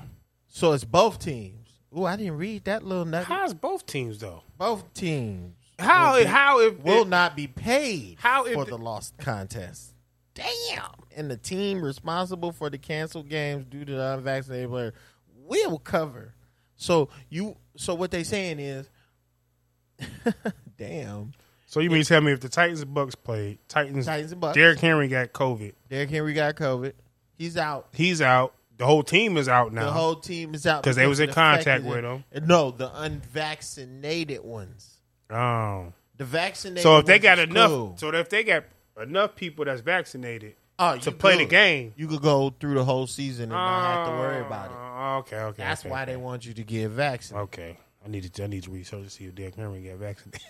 So it's both teams. Ooh, I didn't read that little nugget. How's both teams though? Both teams How how if will if- not be paid How if for the- the lost contest. Damn. And the team responsible for the canceled games due to the unvaccinated player will cover. So you so what they saying is damn. so you mean to tell me if the Titans and Bucks played Titans, Titans and Bucks. Derrick Henry got COVID. Derrick Henry got COVID. He's out. He's out. The whole team is out now. The whole team is out Uh-huh. 'Cause they was in the contact affected- with him. No, the unvaccinated ones. oh. The vaccinated. So if they ones got is enough, cool. so if they got enough people that's vaccinated Oh, to you play the good. game, you could go through the whole season and not have to worry about it. Oh, Okay, okay. That's okay, why okay. they want you to get vaccinated. Okay, I need to I need to research to see if Derrick Henry got vaccinated.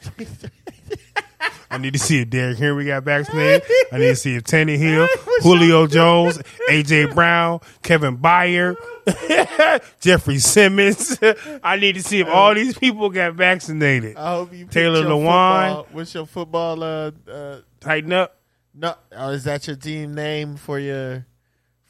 I need to see if Derrick Henry got vaccinated. I need to see if Tanny Hill, Julio Jones, AJ Brown, Kevin Byer, Jeffrey Simmons. I need to see if Uh, all these people got vaccinated. I hope you picked Taylor your Lewan. football- What's your football? Uh, uh, Tighten up. no, oh, is that your team name for your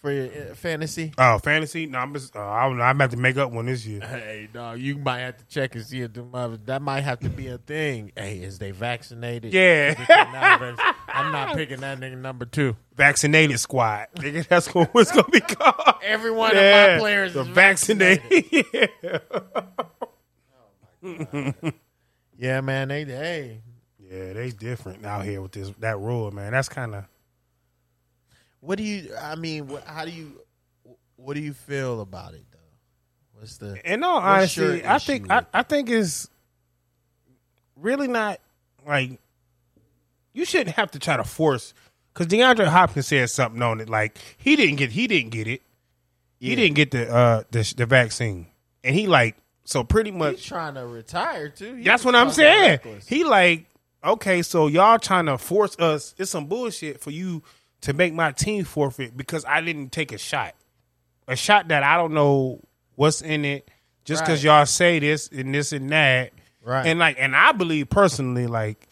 for your uh, fantasy? Oh, fantasy? No, I'm just. Uh, I don't know. I'm about to make up one this year. Hey, no, you might have to check and see if them others- that might have to be a thing. Hey, is they vaccinated? Yeah. If they're not vac- I'm not picking that nigga number two. vaccinated squad. Nigga, that's what it's gonna be called. Every one of my players the is vaccinated. vaccinated. yeah. Yeah, man. They hey, yeah, they different out here with this that rule, man. That's kind of what do you? I mean, what, how do you? What do you feel about it though? What's the? in all What's your honesty, I think issue I, with I think it's really not like you shouldn't have to try to force because DeAndre Hopkins said something on it like he didn't get he didn't get it he didn't get the uh the, the vaccine and he like so pretty much He's trying to retire too. He That's was what I'm fucking saying. reckless. He like, okay, so y'all trying to force us? It's some bullshit for you to make my team forfeit because I didn't take a shot. A shot that I don't know what's in it just because Right. y'all say this and this and that. Right. And like and I believe personally, like,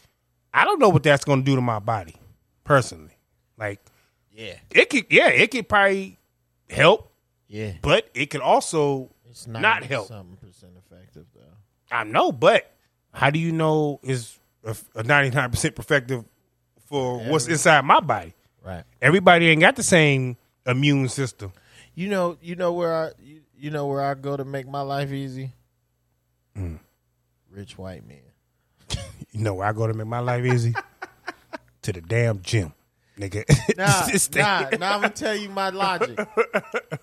I don't know what that's gonna do to my body. Personally. Like Yeah, it could yeah, it could probably help, yeah. but it could also It's not, help. Something percent effective though. I know, but how do you know is a ninety nine percent effective for what's inside my body? Right. Everybody ain't got the same immune system. You know. You know where I. You, you know where I go to make my life easy. Rich white man. You know where I go to make my life easy? to the damn gym, nigga. Nah, Just stay- nah, nah. I'm gonna tell you my logic.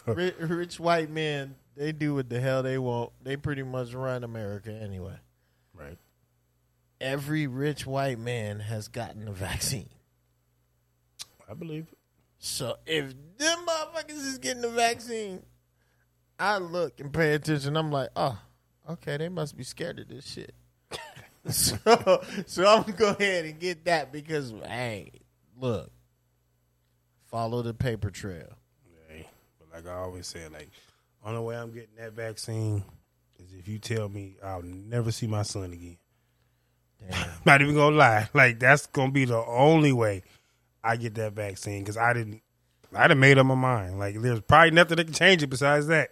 rich, rich white men, they do what the hell they want. They pretty much run America anyway. Right. Every rich white man has gotten a vaccine. I believe it. So if them motherfuckers is getting the vaccine, I look and pay attention. I'm like, oh, okay, they must be scared of this shit. so, so I'm gonna go ahead and get that because, hey, look, follow the paper trail. Hey, but like I always say, like only way I'm getting that vaccine is if you tell me I'll never see my son again. Not even gonna lie, like that's gonna be the only way I get that vaccine because I didn't, I done made up my mind. Like there's probably nothing that can change it besides that.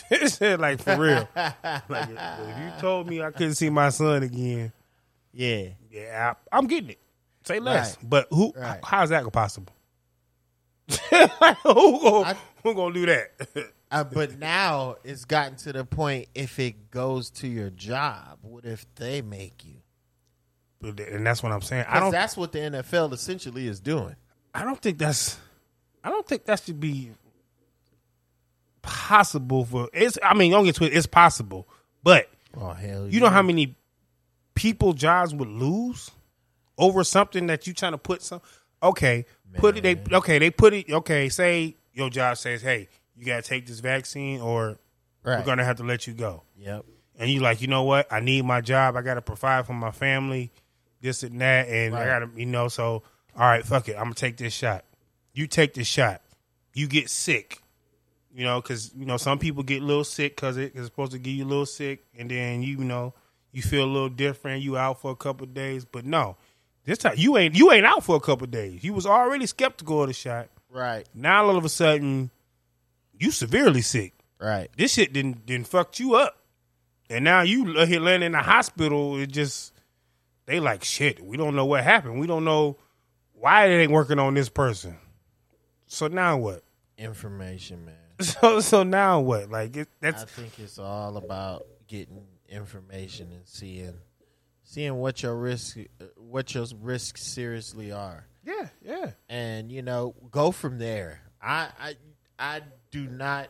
like for real. like if, if you told me I couldn't see my son again, Yeah, yeah, I, I'm getting it. Say less, Right. but who? Right. How's that possible? who gonna, I- who gonna do that? uh, but now it's gotten to the point. If it goes to your job, what if they make you? But th- and that's what I'm saying. I Because don't. that's what the NFL essentially is doing. I don't think that's. I don't think that should be possible for. It's. I mean, don't get twisted. It's possible, but Oh hell! you know how many people jobs would lose over something that you trying to put some. Okay, put it. They okay. They put it. Okay, say your job says, "Hey, you gotta take this vaccine, or we're Right. gonna have to let you go." Yep. and you like, you know what? I need my job. I got to provide for my family, this and that, and I Right. got to, you know. So, all right, fuck it. I'm gonna take this shot. You take this shot. You get sick, you know, because you know some people get a little sick because it is supposed to get you a little sick, and then you know you feel a little different. You out for a couple of days, but no, this time you ain't you ain't out for a couple of days. You was already skeptical of the shot. Right. Now all of a sudden, you severely sick Right. this shit didn't didn't fucked you up, and now you l- here laying in the hospital. It just they like shit. We don't know what happened. We don't know why it ain't working on this person. So now what? Information, man. So so now what? Like it, I that's think it's all about getting information and seeing seeing what your risk what your risks seriously are. yeah yeah. And you know, go from there. I I I do not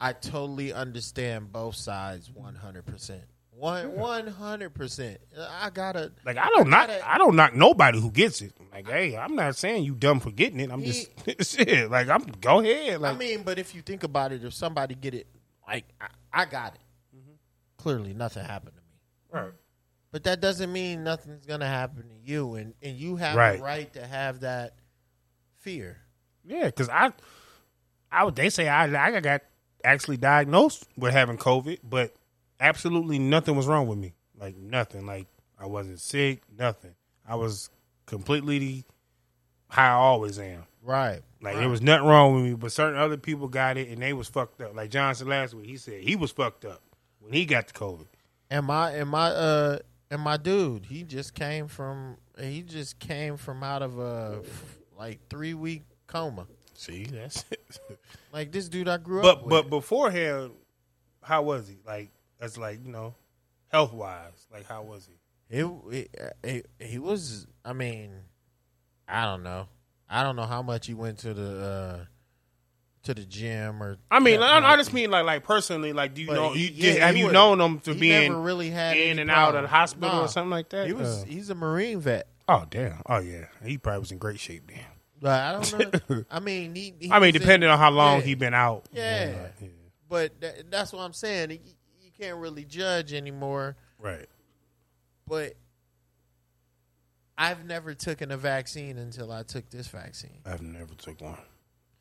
I totally understand both sides 100%. One 100%. I got to Like I don't knock gotta- I don't knock nobody who gets it. Like hey, I'm not saying you dumb for getting it. I'm He- just shit. Like I'm go ahead. Like I mean, but if you think about it, if somebody get it, like I, I got it. Clearly, nothing happened to me. Right. But that doesn't mean nothing's gonna happen to you, and and you have Right. the right to have that fear. Yeah, because I, I would- they say I I got actually diagnosed with having COVID, but absolutely nothing was wrong with me. Like nothing. Like I wasn't sick. Nothing. I was completely how I always am. Right. Like there was nothing wrong with me, but certain other people got it and they was fucked up. Like Johnson last week, he said he was fucked up when he got the COVID. And my and my uh and my dude, he just came from he just came from out of a f- like three week coma. See, that's it. Like this dude I grew up But with. but beforehand, how was he? Like that's like you know, health wise, like how was he? It, it, it he was. I mean, I don't know. I don't know how much he went to the uh, to the gym or. I mean, Yeah, I, I no. just mean like like personally, like do you But know? he- you, yeah, have he you was- known him for He being never really had in any and out of the problems. hospital Nah. or something like that? He was Uh, he's a Marine vet. oh damn! Oh yeah, he probably was in great shape then. But I don't know. I mean, he. he I mean, was in- depending on how long yeah. he been out. Yeah. yeah. But tha- that's what I'm saying. You, you can't really judge anymore. Right. But I've never taken a vaccine until I took this vaccine. I've never took one.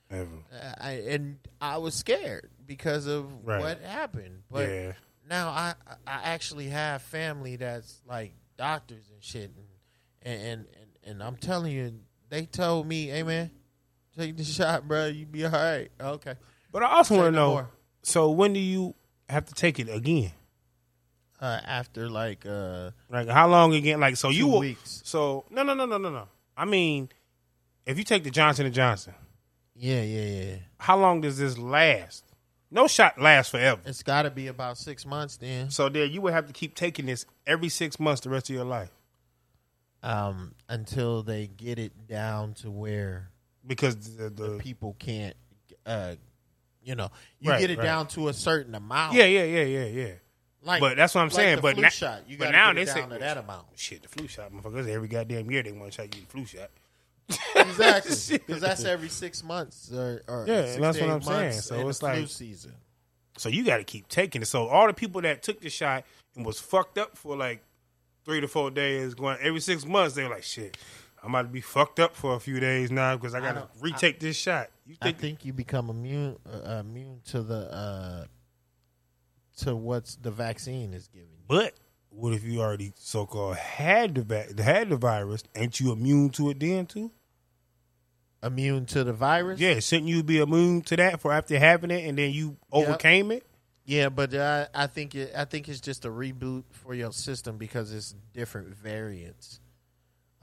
Ever. Uh, I, and I was scared because of Right. what happened. But Yeah. now I I actually have family that's like doctors and shit, and and and, and I'm telling you, they told me, "Hey man, take the shot, bro. You be all right." Okay. But I also want to no know. more. So when do you have to take it again? Uh, after like uh, Like how long again? Like so you Two will, weeks. So no no no no no no. I mean, if you take the Johnson and Johnson, yeah, yeah, yeah. how long does this last? No shot lasts forever. It's got to be about six months then. So there you would have to keep taking this every six months the rest of your life um, until they get it down to where because the, the people can't, uh, you know, you Right, get it right. down to a certain amount. yeah yeah yeah yeah yeah. like but that's what I'm like saying, the but flu na- shot, you but gotta now get it they say- down to that amount. Shit, the flu shot, motherfuckers. Every goddamn year they want to try to get the flu shot. Exactly, because that's every six months or, or Yeah, six and that's to what eight I'm saying. months So in the it's like- flu season. So you got to keep taking it. So all the people that took the shot and was fucked up for like three to four days, going every six months, they're like, shit, I'm about to be fucked up for a few days now because I got to don't- retake this shot. You I think? think you become immune uh, immune to the uh, to what's the vaccine is giving. you. but what if you already so called had the va- had the virus? Ain't you immune to it then too? Immune to the virus. Yeah, shouldn't you be immune to that for after having it and then you overcame it? Yeah, but I, I think it, I think it's just a reboot for your system because it's different variants.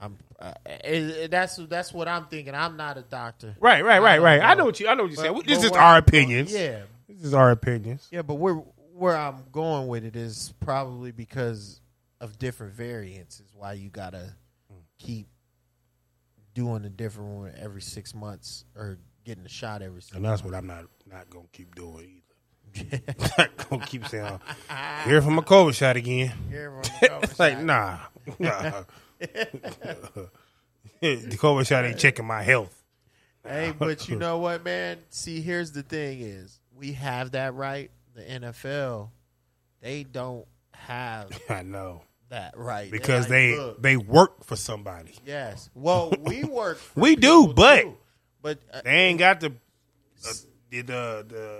I'm uh, it, it- that's that's what I'm thinking. I'm not a doctor. Right, right, right, right. I don't know what you. I know what you're But- saying. We- but This is what- our opinions. Yeah, this is our opinions. yeah, but where where I'm going with it is probably because of different variants is why you gotta keep doing a different one every six months or getting a shot every six. And that's what I'm not not gonna keep doing either. not gonna keep saying "Oh, here for my COVID shot again. months. It's like nah, nah. the COVID shot ain't checking my health. Hey, but you know what, man? See, here's the thing: is we have that right. The NFL, they don't have I know that right They're because like, they "Look, they work for somebody. yes. Well, we work. for We do, people, but- too. but uh, They ain't got the uh, the the. the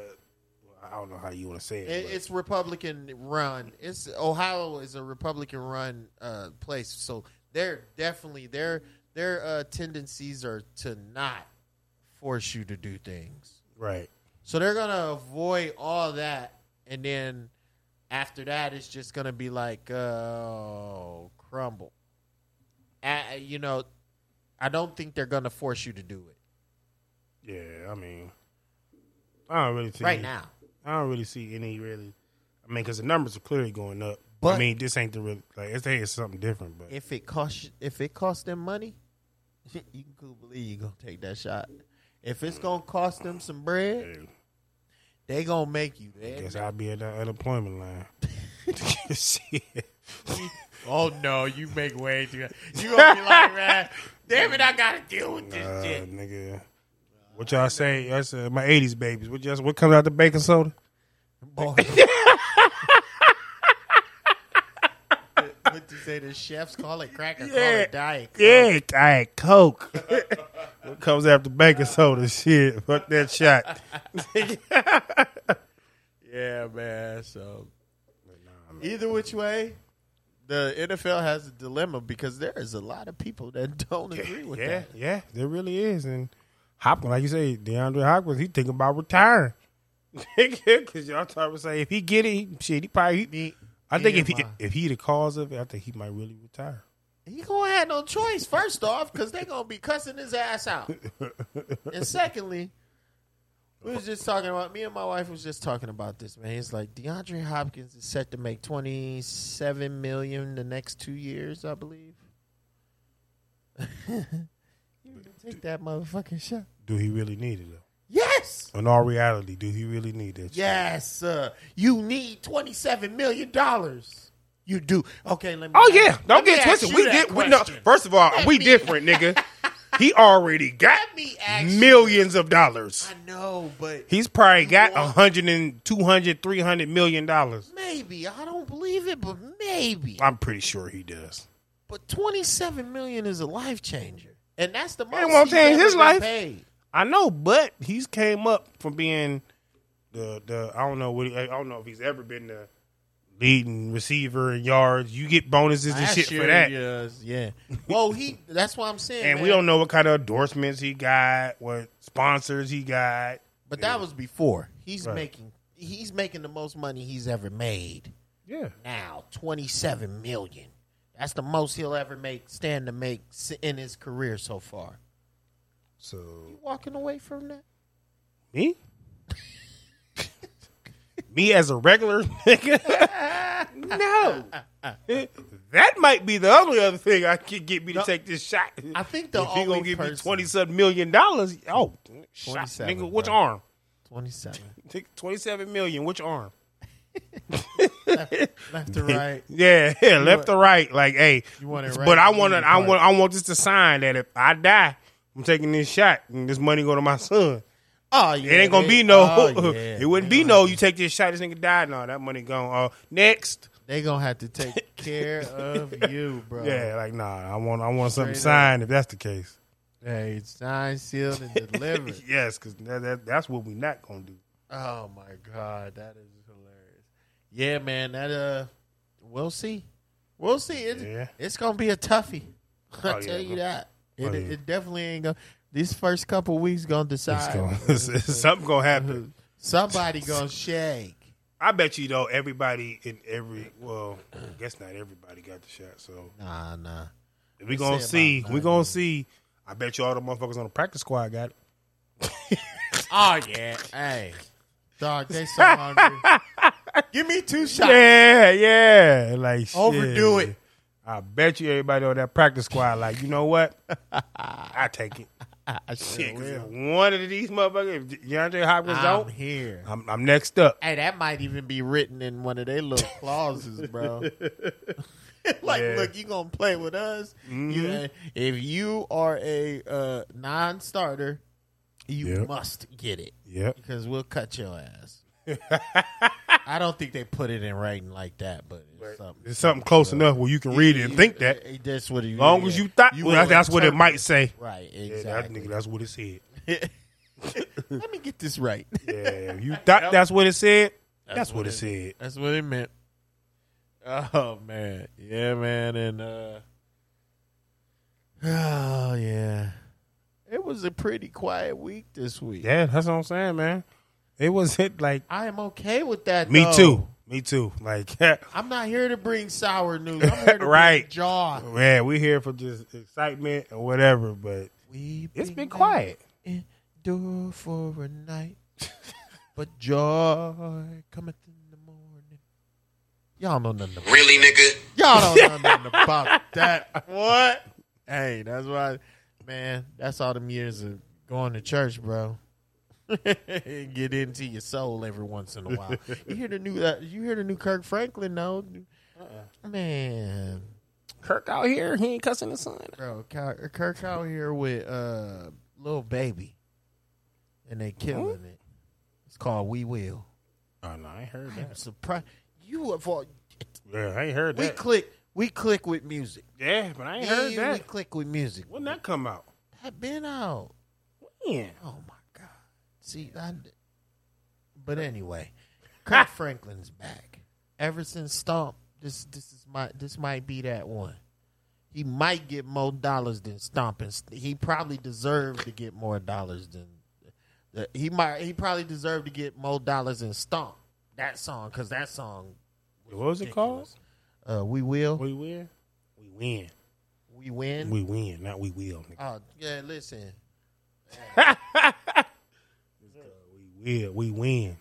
I don't know how you want to say it. it, but- it's Republican run. It's Ohio is a Republican run uh, place, so they're definitely their their uh, tendencies are to not force you to do things. right. So they're gonna avoid all that, and then after that, it's just gonna be like, oh, crumble. Uh, you know, I don't think they're gonna force you to do it Yeah. I mean, I don't really see right now. I don't really see any really. I mean, because the numbers are clearly going up. I But- mean, this ain't the real. Like, it's, it's something different. But If it costs, you- if it costs them money, you can believe you're gonna take that shot. If it's gonna cost them some bread, hey, they gonna make you. I They- guess I'll be at the unemployment line. Shit. Oh no, you make way too. You gonna be like, man, damn it, I gotta deal with this Uh, shit. nigga. What y'all say? That's uh, my '80s babies. What y'all, what comes out the baking soda? Boy. what do you say? The chefs call it cracker, call Yeah. it diet. Coke. Yeah, I had Coke. what comes after baking soda? Shit, fuck that shot. yeah, man. So, either which way, the NFL has a dilemma because there is a lot of people that don't agree with yeah, that. yeah, there really is. And Hopkins, like you say, DeAndre Hopkins, he thinking about retiring. Because y'all trying to say if he get it, he, shit, he probably. Me- I think me if he and my- if he the cause of it, I think he might really retire. He gonna have no choice. First off, because they gonna be cussing his ass out, and secondly, we was just talking about. Me and my wife was just talking about this. Man, it's like DeAndre Hopkins is set to make twenty seven million the next two years, I believe. you gonna take that motherfucking shot. Do he really need it though? Yes, In all reality, do he really need that? shit? yes. Uh, you need twenty seven million dollars. You do. Okay, let me. Oh yeah. Don't Let me get ask twisted. you We that get we no, question. first of all, we different, nigga. He already got Let me ask you- millions of dollars. I know, but He's probably got want- 100 and 200, 300 million dollars. Maybe I don't believe it, but maybe I'm pretty sure he does. But twenty seven million is a life changer, and that's the most. won't he's change ever his been life. Paid. I know, but he's came up from being the the I don't know what he- I don't know if he's ever been the leading receiver in yards. You get bonuses and Last shit year, for that. yes, yeah. Well, he. That's what I'm saying. And we man. don't know what kind of endorsements he got, what sponsors he got. But that was before. He's Right. making. He's making the most money he's ever made. Yeah. now 27 million that's the most he'll ever make stand to make s- in his career so far So walking away from that me, me as a regular nigga, no. That might be the only other thing I could get me to take this shot. i think the if only you gonna give person, me twenty seven million dollars, oh, shot, 27, nigga, which bro. arm? 27 Take twenty seven million, which arm? left to right Yeah, yeah, left or right, like hey. You want it but right, I you want to. need it I right. want. I want this to sign that if I die, I'm taking this shot, and this money go to my son. oh yeah It ain't gonna they- be no. oh, yeah. It wouldn't be no. You take this shot, this nigga died. No, that money gone. Uh, next. they gonna have to take care of you bro Yeah, like nah. I want. I want something Uh-huh. Straight up. signed if that's the case. hey signed sealed and delivered Yes, because that, that, that's what we not gonna do. oh my god that is hilarious yeah man that uh we'll see we'll see it's, Yeah. it's gonna be a toughie i Oh, tell yeah. you that it, Oh, yeah. it definitely ain't gonna these first couple weeks gonna It's decide gonna, something gonna happen. somebody gonna shake I bet you though. Everybody in every well, I guess not everybody got the shot. So nah nah we gonna say see. about We gonna see. I bet you all the motherfuckers on the practice squad got it. oh yeah hey dog they so hungry give me two shots Yeah, yeah. Like shit. Overdo it. I bet you everybody on that practice squad, like, you know what? I take it. I Shit, sure 'cause if will. one of these motherfuckers, if DeAndre Hopkins I'm out, here I'm, I'm next up. Hey, that might even be written in one of their little clauses, bro. like, Yeah. look, you gonna play with us? You- if you are a uh, non-starter, you Yep. must get it Yep. because we'll cut your ass. I don't think they put it in writing like that, but it's something. It's something close enough where you can read it and think that. Eh, That's what. As long as you thought, well, that's, that's what it might say. Right. Yeah, Exactly. that nigga, that's what it said. Let me get this right. Yeah, you thought that's what it said. That's, what, what it it- said. That's what it meant. Oh man, yeah, man, and uh, oh yeah, it was a pretty quiet week this week. Yeah, that's what I'm saying, man. It was hit like I am okay with that. me though. too, me too. Like, I'm not here to bring sour news. I'm here to Right. bring jaw. man, we here for just excitement or whatever, but We it's been been quiet. Endure for a night, but joy cometh in the morning. Y'all know nothing. About Really, nigga? Y'all don't know nothing about that. What? Hey, that's why, man. That's all them years of going to church, bro. Get into your soul every once in a while. You hear the new? Uh, you hear the new Kirk Franklin? No, Uh-uh. man, Kirk out here, he ain't cussing his son. bro. Kirk, Kirk out here with uh little baby, and they killing it. It's called We Will. Oh no, I ain't heard I'm surprised you have. all- Yeah, I ain't heard We that. click. We click with music. yeah, but I ain't heard Yeah, we that. click with music. When that come out? I've been out. Yeah. Oh my god. See, I, but anyway, Kirk Franklin's back. Ever since Stomp, this this is my this might be that one. He might get more dollars than Stomp, and St- he probably deserved to get more dollars than. uh, He might. He probably deserved to get more dollars than Stomp that song because that song. What was it called? Uh, we will. We win. We win. Uh, We win. We win. Not we will. Nigga. oh yeah, listen. We will. We win.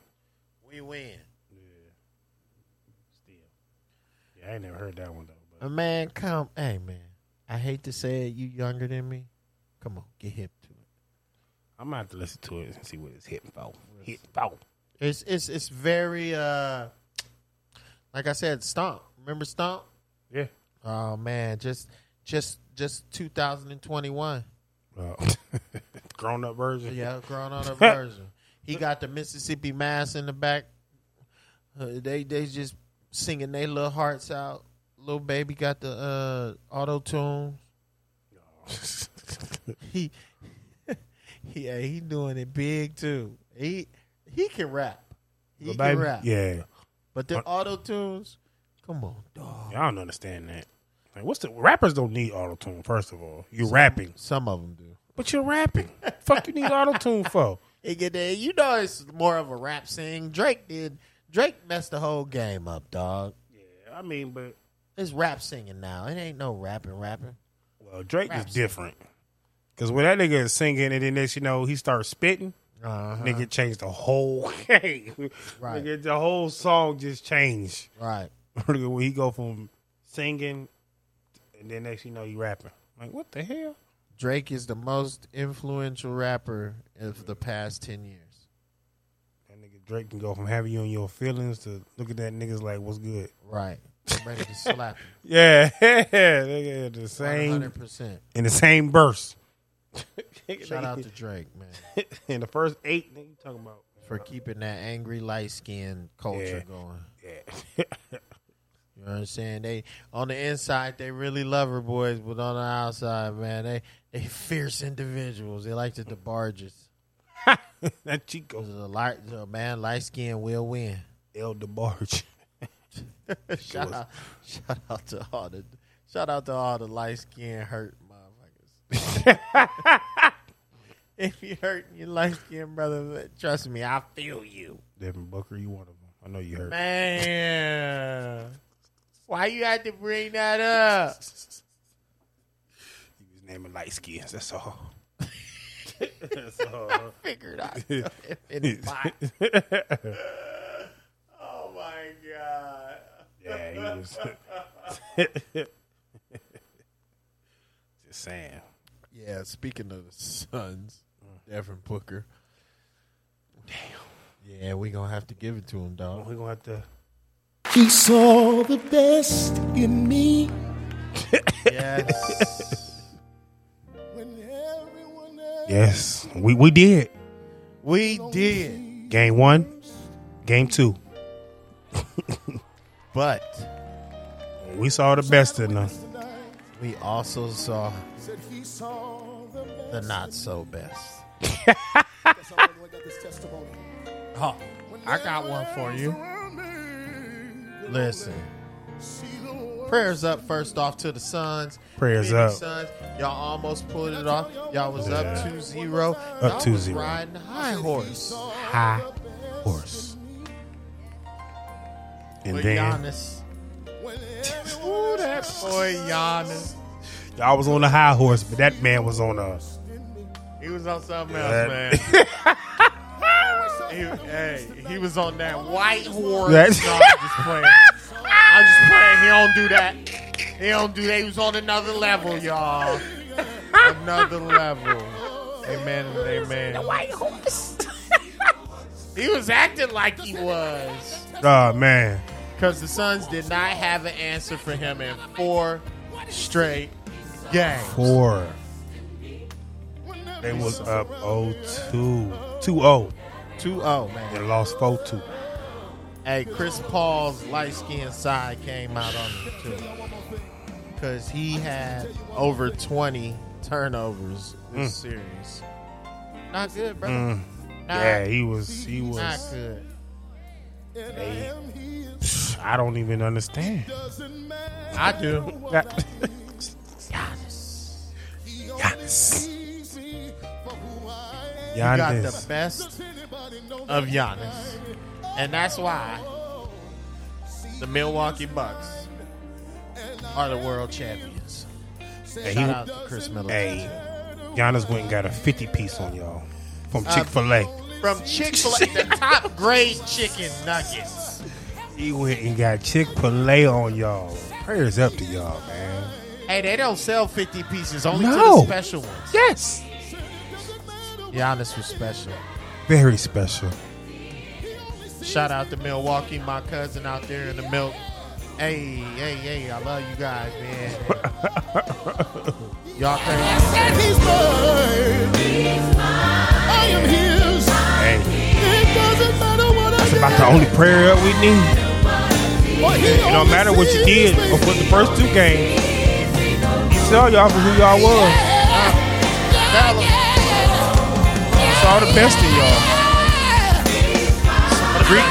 We win. Still. Yeah, I ain't never heard that one though. But Uh, Man, come, hey man. I hate to say it, you younger than me. Come on, get hip to it. I'm gonna have to listen to it and see what it's hitting for. Hit for. It's it's it's very uh, like I said, stomp. Remember stomp? Yeah. Oh man, just just just 2021. Well, Uh, grown up version. Yeah, grown on a version. He got the Mississippi Mass in the back. Uh, they they just singing their little hearts out. little baby got the uh, auto tune. he, yeah, he doing it big too. He he can rap. He Lil can Baby? rap. Yeah. Uh, But the auto tunes, come on, dog. Y'all don't understand that. Like, what's the rappers don't need auto tune? First of all, you're rapping, Some of them do. but you're rapping. Fuck, you need auto tune for? It get there. You know, it's more of a rap sing. Drake did. Drake messed the whole game up, dog. Yeah, I mean, but It's rap singing now. It ain't no rapping, rapping. well, Drake Raps. is different. Cause when that nigga is singing, and then next you know he starts spitting, Uh-huh. nigga changed the whole game. Right. Nigga, the whole song just changed. Right. Nigga, when he go from singing, and then next you know he rapping. Like what the hell? Drake is the most influential rapper of the past 10 years. That nigga Drake can go from having you in your feelings to look at that niggas like what's good. Right. I'm ready to slap him. Yeah, nigga, the same 100%. in the same burst. Shout out to Drake, man, in the first eight. Nigga, you talking about? for keeping that angry light skin Yeah. culture going. Yeah, You know what I'm saying? They on the inside they really love her boys, but on the outside, man, they they fierce individuals. They like to debarge us. that Chico A light, a man, light skin will win. El DeBarge. shout out, shout out to all the, shout out to all the light skin hurt motherfuckers. if you hurt your light skin brother, trust me, I feel you, Devin Booker, you one of them. I know you heard. man. Why you had to bring that up? He was naming light skins. That's all. Figured out in the box. Oh my god. yeah, he was. Just saying. Yeah, speaking of the Suns, Devin Booker. Damn. Yeah, we gonna have to give it to him, dog. We're gonna have to. He saw the best in me Yes. when everyone else Yes, we we did. we did. Game one, game two. But We saw the best in them. tonight we also saw said he saw the best. the not so best. Guess I'm the one who got this testimony. Oh, I got one for you. Listen. Prayers up first off to the Suns. Prayers Phoenix up. Suns. Y'all almost pulled it off. Y'all was up Yeah. 2 0. Up Up 2-0. Riding high horse. High horse. And But then Giannis. Ooh, that boy Giannis. I was on the high horse, but that man was on a. He was on something That- else, man. he, hey, he was on that white horse. That- No, I'm just playing. I'm just playing. He don't do that. He don't do that. He was on another level, y'all. Another level. Amen and amen. The white horse. he was acting like he was. Oh man, Because the Suns did not have an answer for him in four straight games. four. They was up 0-2. 2-0 2-0, oh, man. oh, and lost 4-2. Hey, Chris Paul's light skinned side came out on him too. Cause he had over twenty turnovers this Mm. series. Not good, brother. Not, Yeah, he was. He not was. good. They, I don't even understand. I do. That- Giannis. Giannis. You got the Giannis. best of Giannis. And that's why the Milwaukee Bucks are the world champions. Hey, Shout he- out to Chris Miller. Hey, Giannis went and got a 50 piece on y'all from Chick fil A. From Chick fil A, the top grade chicken nuggets. He went and got Chick fil A on y'all. Prayers up to y'all, man. Hey, they don't sell 50 pieces, only No. to the special ones. Yes. Giannis was special. Very special. Shout out to Milwaukee, my cousin out there in the milk. Hey, hey, hey, I love you guys, man. Y'all crazy. And he's mine. I am his. Hey, It doesn't matter what I that's about the only prayer up we need. It don't matter what you did before the first two games. You saw y'all for who y'all was. Saw the best in y'all. Greek,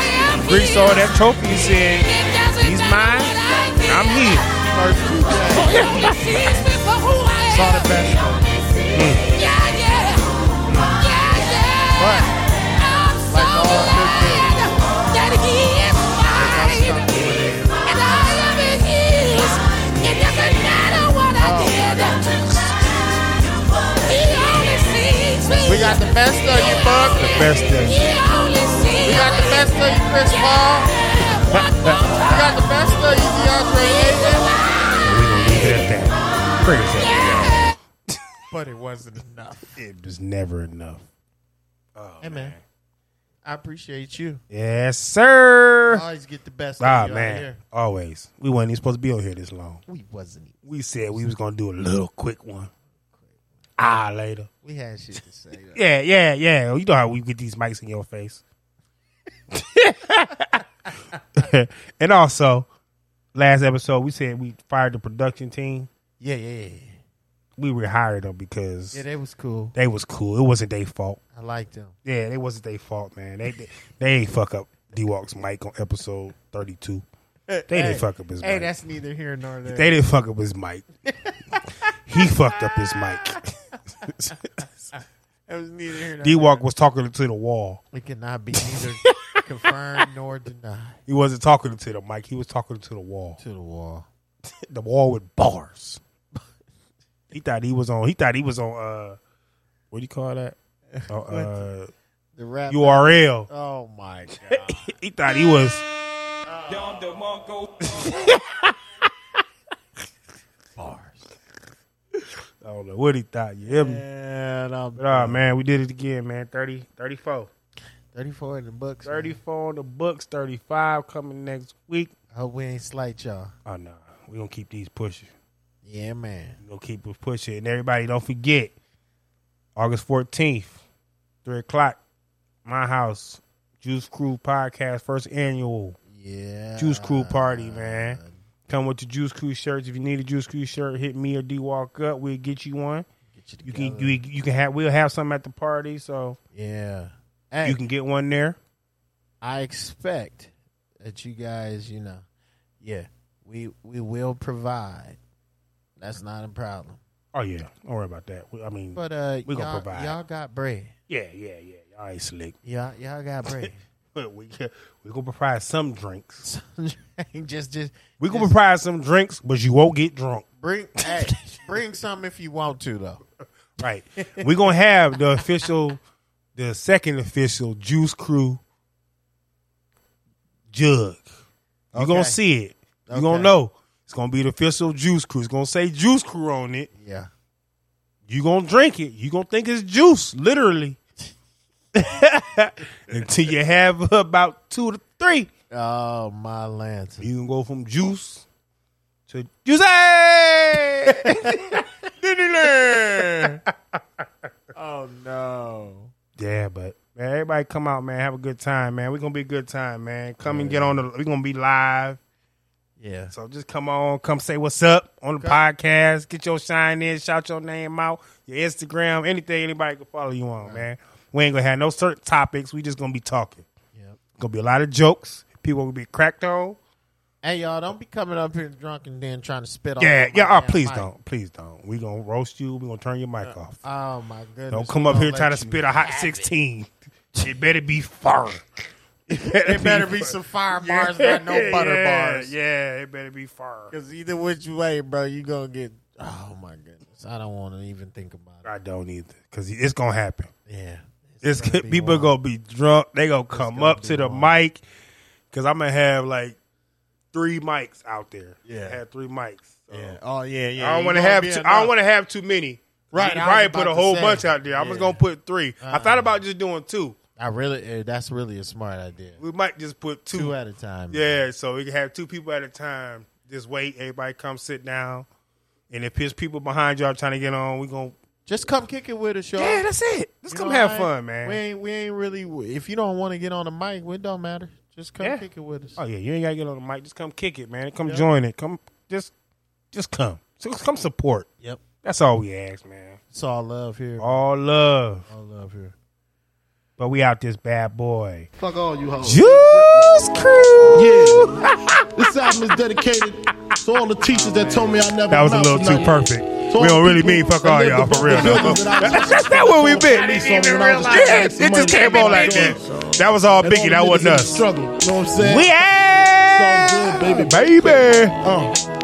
Greek saw that trophy and said, He's mine. "I'm here." Saw the best. Yeah, yeah. Yeah, yeah. But I'm so Like all good glad that he is mine. And all of it is. It doesn't matter what I did. He only sees me. we got the best of you, Bug. The Best day. He only sees We got the best of you, Chris Paul. We got the best of you, DeAndre Ayton. We're gonna leave it at that. Praise that. But it wasn't enough. It was never enough. Oh, hey, man. I appreciate you. Yes, sir. Always get the best Ah, of you out man. here. Always. We weren't even supposed to be on here this long. We wasn't. We said we was gonna do a little quick one. Ah, later. We had shit to say. though. Yeah, yeah, yeah. You know how we get these mics in your face. and also, last episode we said we fired the production team. yeah, yeah, yeah. We rehired them because Yeah, that was cool. they was cool. It wasn't their fault. I liked them. Yeah, they wasn't their fault, man. They they, they ain't fuck up D Walk's mic on episode thirty two. They didn't fuck up his Hey, mic. that's neither here nor there. They didn't fuck up his mic. he fucked up his mic. that was neither here nor D Walk was talking to the wall. It cannot be neither confirmed nor denied. He wasn't talking to the mic. He was talking to the wall. To the wall. The wall with bars. He thought he was on. He thought he was on. Uh, what do you call that? Uh, uh, The rap. URL. Oh my god. He thought he was. Bars. I don't know what he thought. You hear me? And I'm But uh, man, we did it again, man. 30, 34. 34 in the books. man. 34 on the books, 35 coming next week. I hope we ain't slight y'all. Oh, no. We're going to keep these pushing. Yeah, man. We're going to keep it pushing. And everybody, don't forget, August 14th, 3 o'clock, my house, Juice Crew Podcast, first annual Yeah. Juice Crew Party, man. Come with your Juice Crew shirts. If you need a Juice Crew shirt, hit me or D Walk up. We'll get you one. Get you You together. can you, you can have we'll have some at the party, so yeah. Hey, you can get one there. I expect that you guys, you know, yeah, we we will provide. That's not a problem. Oh yeah, don't worry about that. We- I mean, But uh, We gonna y'all, provide. y'all got bread. yeah, yeah, yeah. All right, slick. Y'all y'all got bread. But we we gonna provide some drinks. just just We gonna provide some drinks, but you won't get drunk. bring hey, bring some if you want to though. Right. we gonna have the official, the second official Juice Crew jug. You Okay. gonna see it. You gonna Okay. know. It's gonna be the official Juice Crew. It's gonna say Juice Crew on it. Yeah. You gonna drink it. You gonna think it's juice, literally. Until you have about two to three. Oh my lance. You can go from juice to juicy. Oh no. yeah, but man, everybody come out, man. Have a good time, man. We're gonna be a good time, man. Come and get on the we're gonna be live. Yeah. So just come on, come say what's up on the podcast. Get your shine in, shout your name out, your Instagram, anything anybody can follow you on, man. We ain't gonna have no certain topics. We just gonna be talking. Yep. Gonna be a lot of jokes. People will be cracked on. Hey y'all, don't be coming up here drunk and then trying to spit on. Yeah, my yeah. Oh, damn please mic. don't, please don't. We gonna roast you. We gonna turn your mic off. Oh my goodness. Don't We come up gonna here let trying to you- spit a hot 16. It better be fire. It better, It better be some fire bars, not no butter yeah, bars. Yeah, it better be fire. Because either which way, bro, you gonna get. Oh my goodness, I don't want to even think about it. I don't either because it's going to happen. Yeah, It's gonna be People wild. going to be drunk. they going to come gonna up be to the wild. mic because I'm going to have like three mics out there. Yeah. I have three mics. So. Yeah. Oh yeah, yeah. I don't You want to gonna have be too, enough. I don't want to have too many. Right, You can I was probably about put a to whole say. bunch out there. I'm Yeah. Uh-huh. just gonna put 3 I thought about just doing two. I really. eh, That's really a smart idea. We might just put two, Two at a time. Yeah, so we can have two people at a time. Just wait, everybody come sit down. And if there's people behind y'all trying to get on, we going to. Just come kick it with us, y'all. that's it. Let's You know, I ain't- We ain't we ain't really. If you don't want to get on the mic, it don't matter. Just come Yeah. kick it with us. Oh yeah, you ain't gotta get on the mic. Just come kick it, man. Come join it. Come just just come. So come support. Yep. That's all we ask, man. It's all love here. All love. all love here. But we out this bad boy. Fuck all you hoes. Juice Crew. Yeah. this album is dedicated to all the teachers that told me I never That was a amount little to too nothing. perfect. To all We don't the really people mean fuck that all lived y'all above for real the though. buildings that I That's that's not where we been. I didn't even realize Yeah, that. it just came on like that. That was all And all Biggie. the That niggas wasn't in the us. Struggle, you know what I'm saying? We out, It's all baby. good, baby. baby. Uh,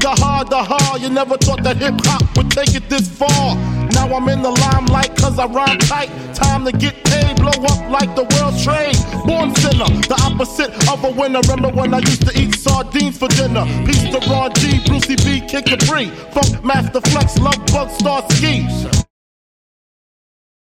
The hard, the hard. You never thought that hip hop would take it this far. Now I'm in the limelight cause I rhyme tight. Time to get paid, blow up like the world trade. Born sinner, the opposite of a winner. Remember when I used to eat sardines for dinner? Peace to Ron G, Brucey B, Kid Capri, Funk Master Flex, Love Bug Star Ski.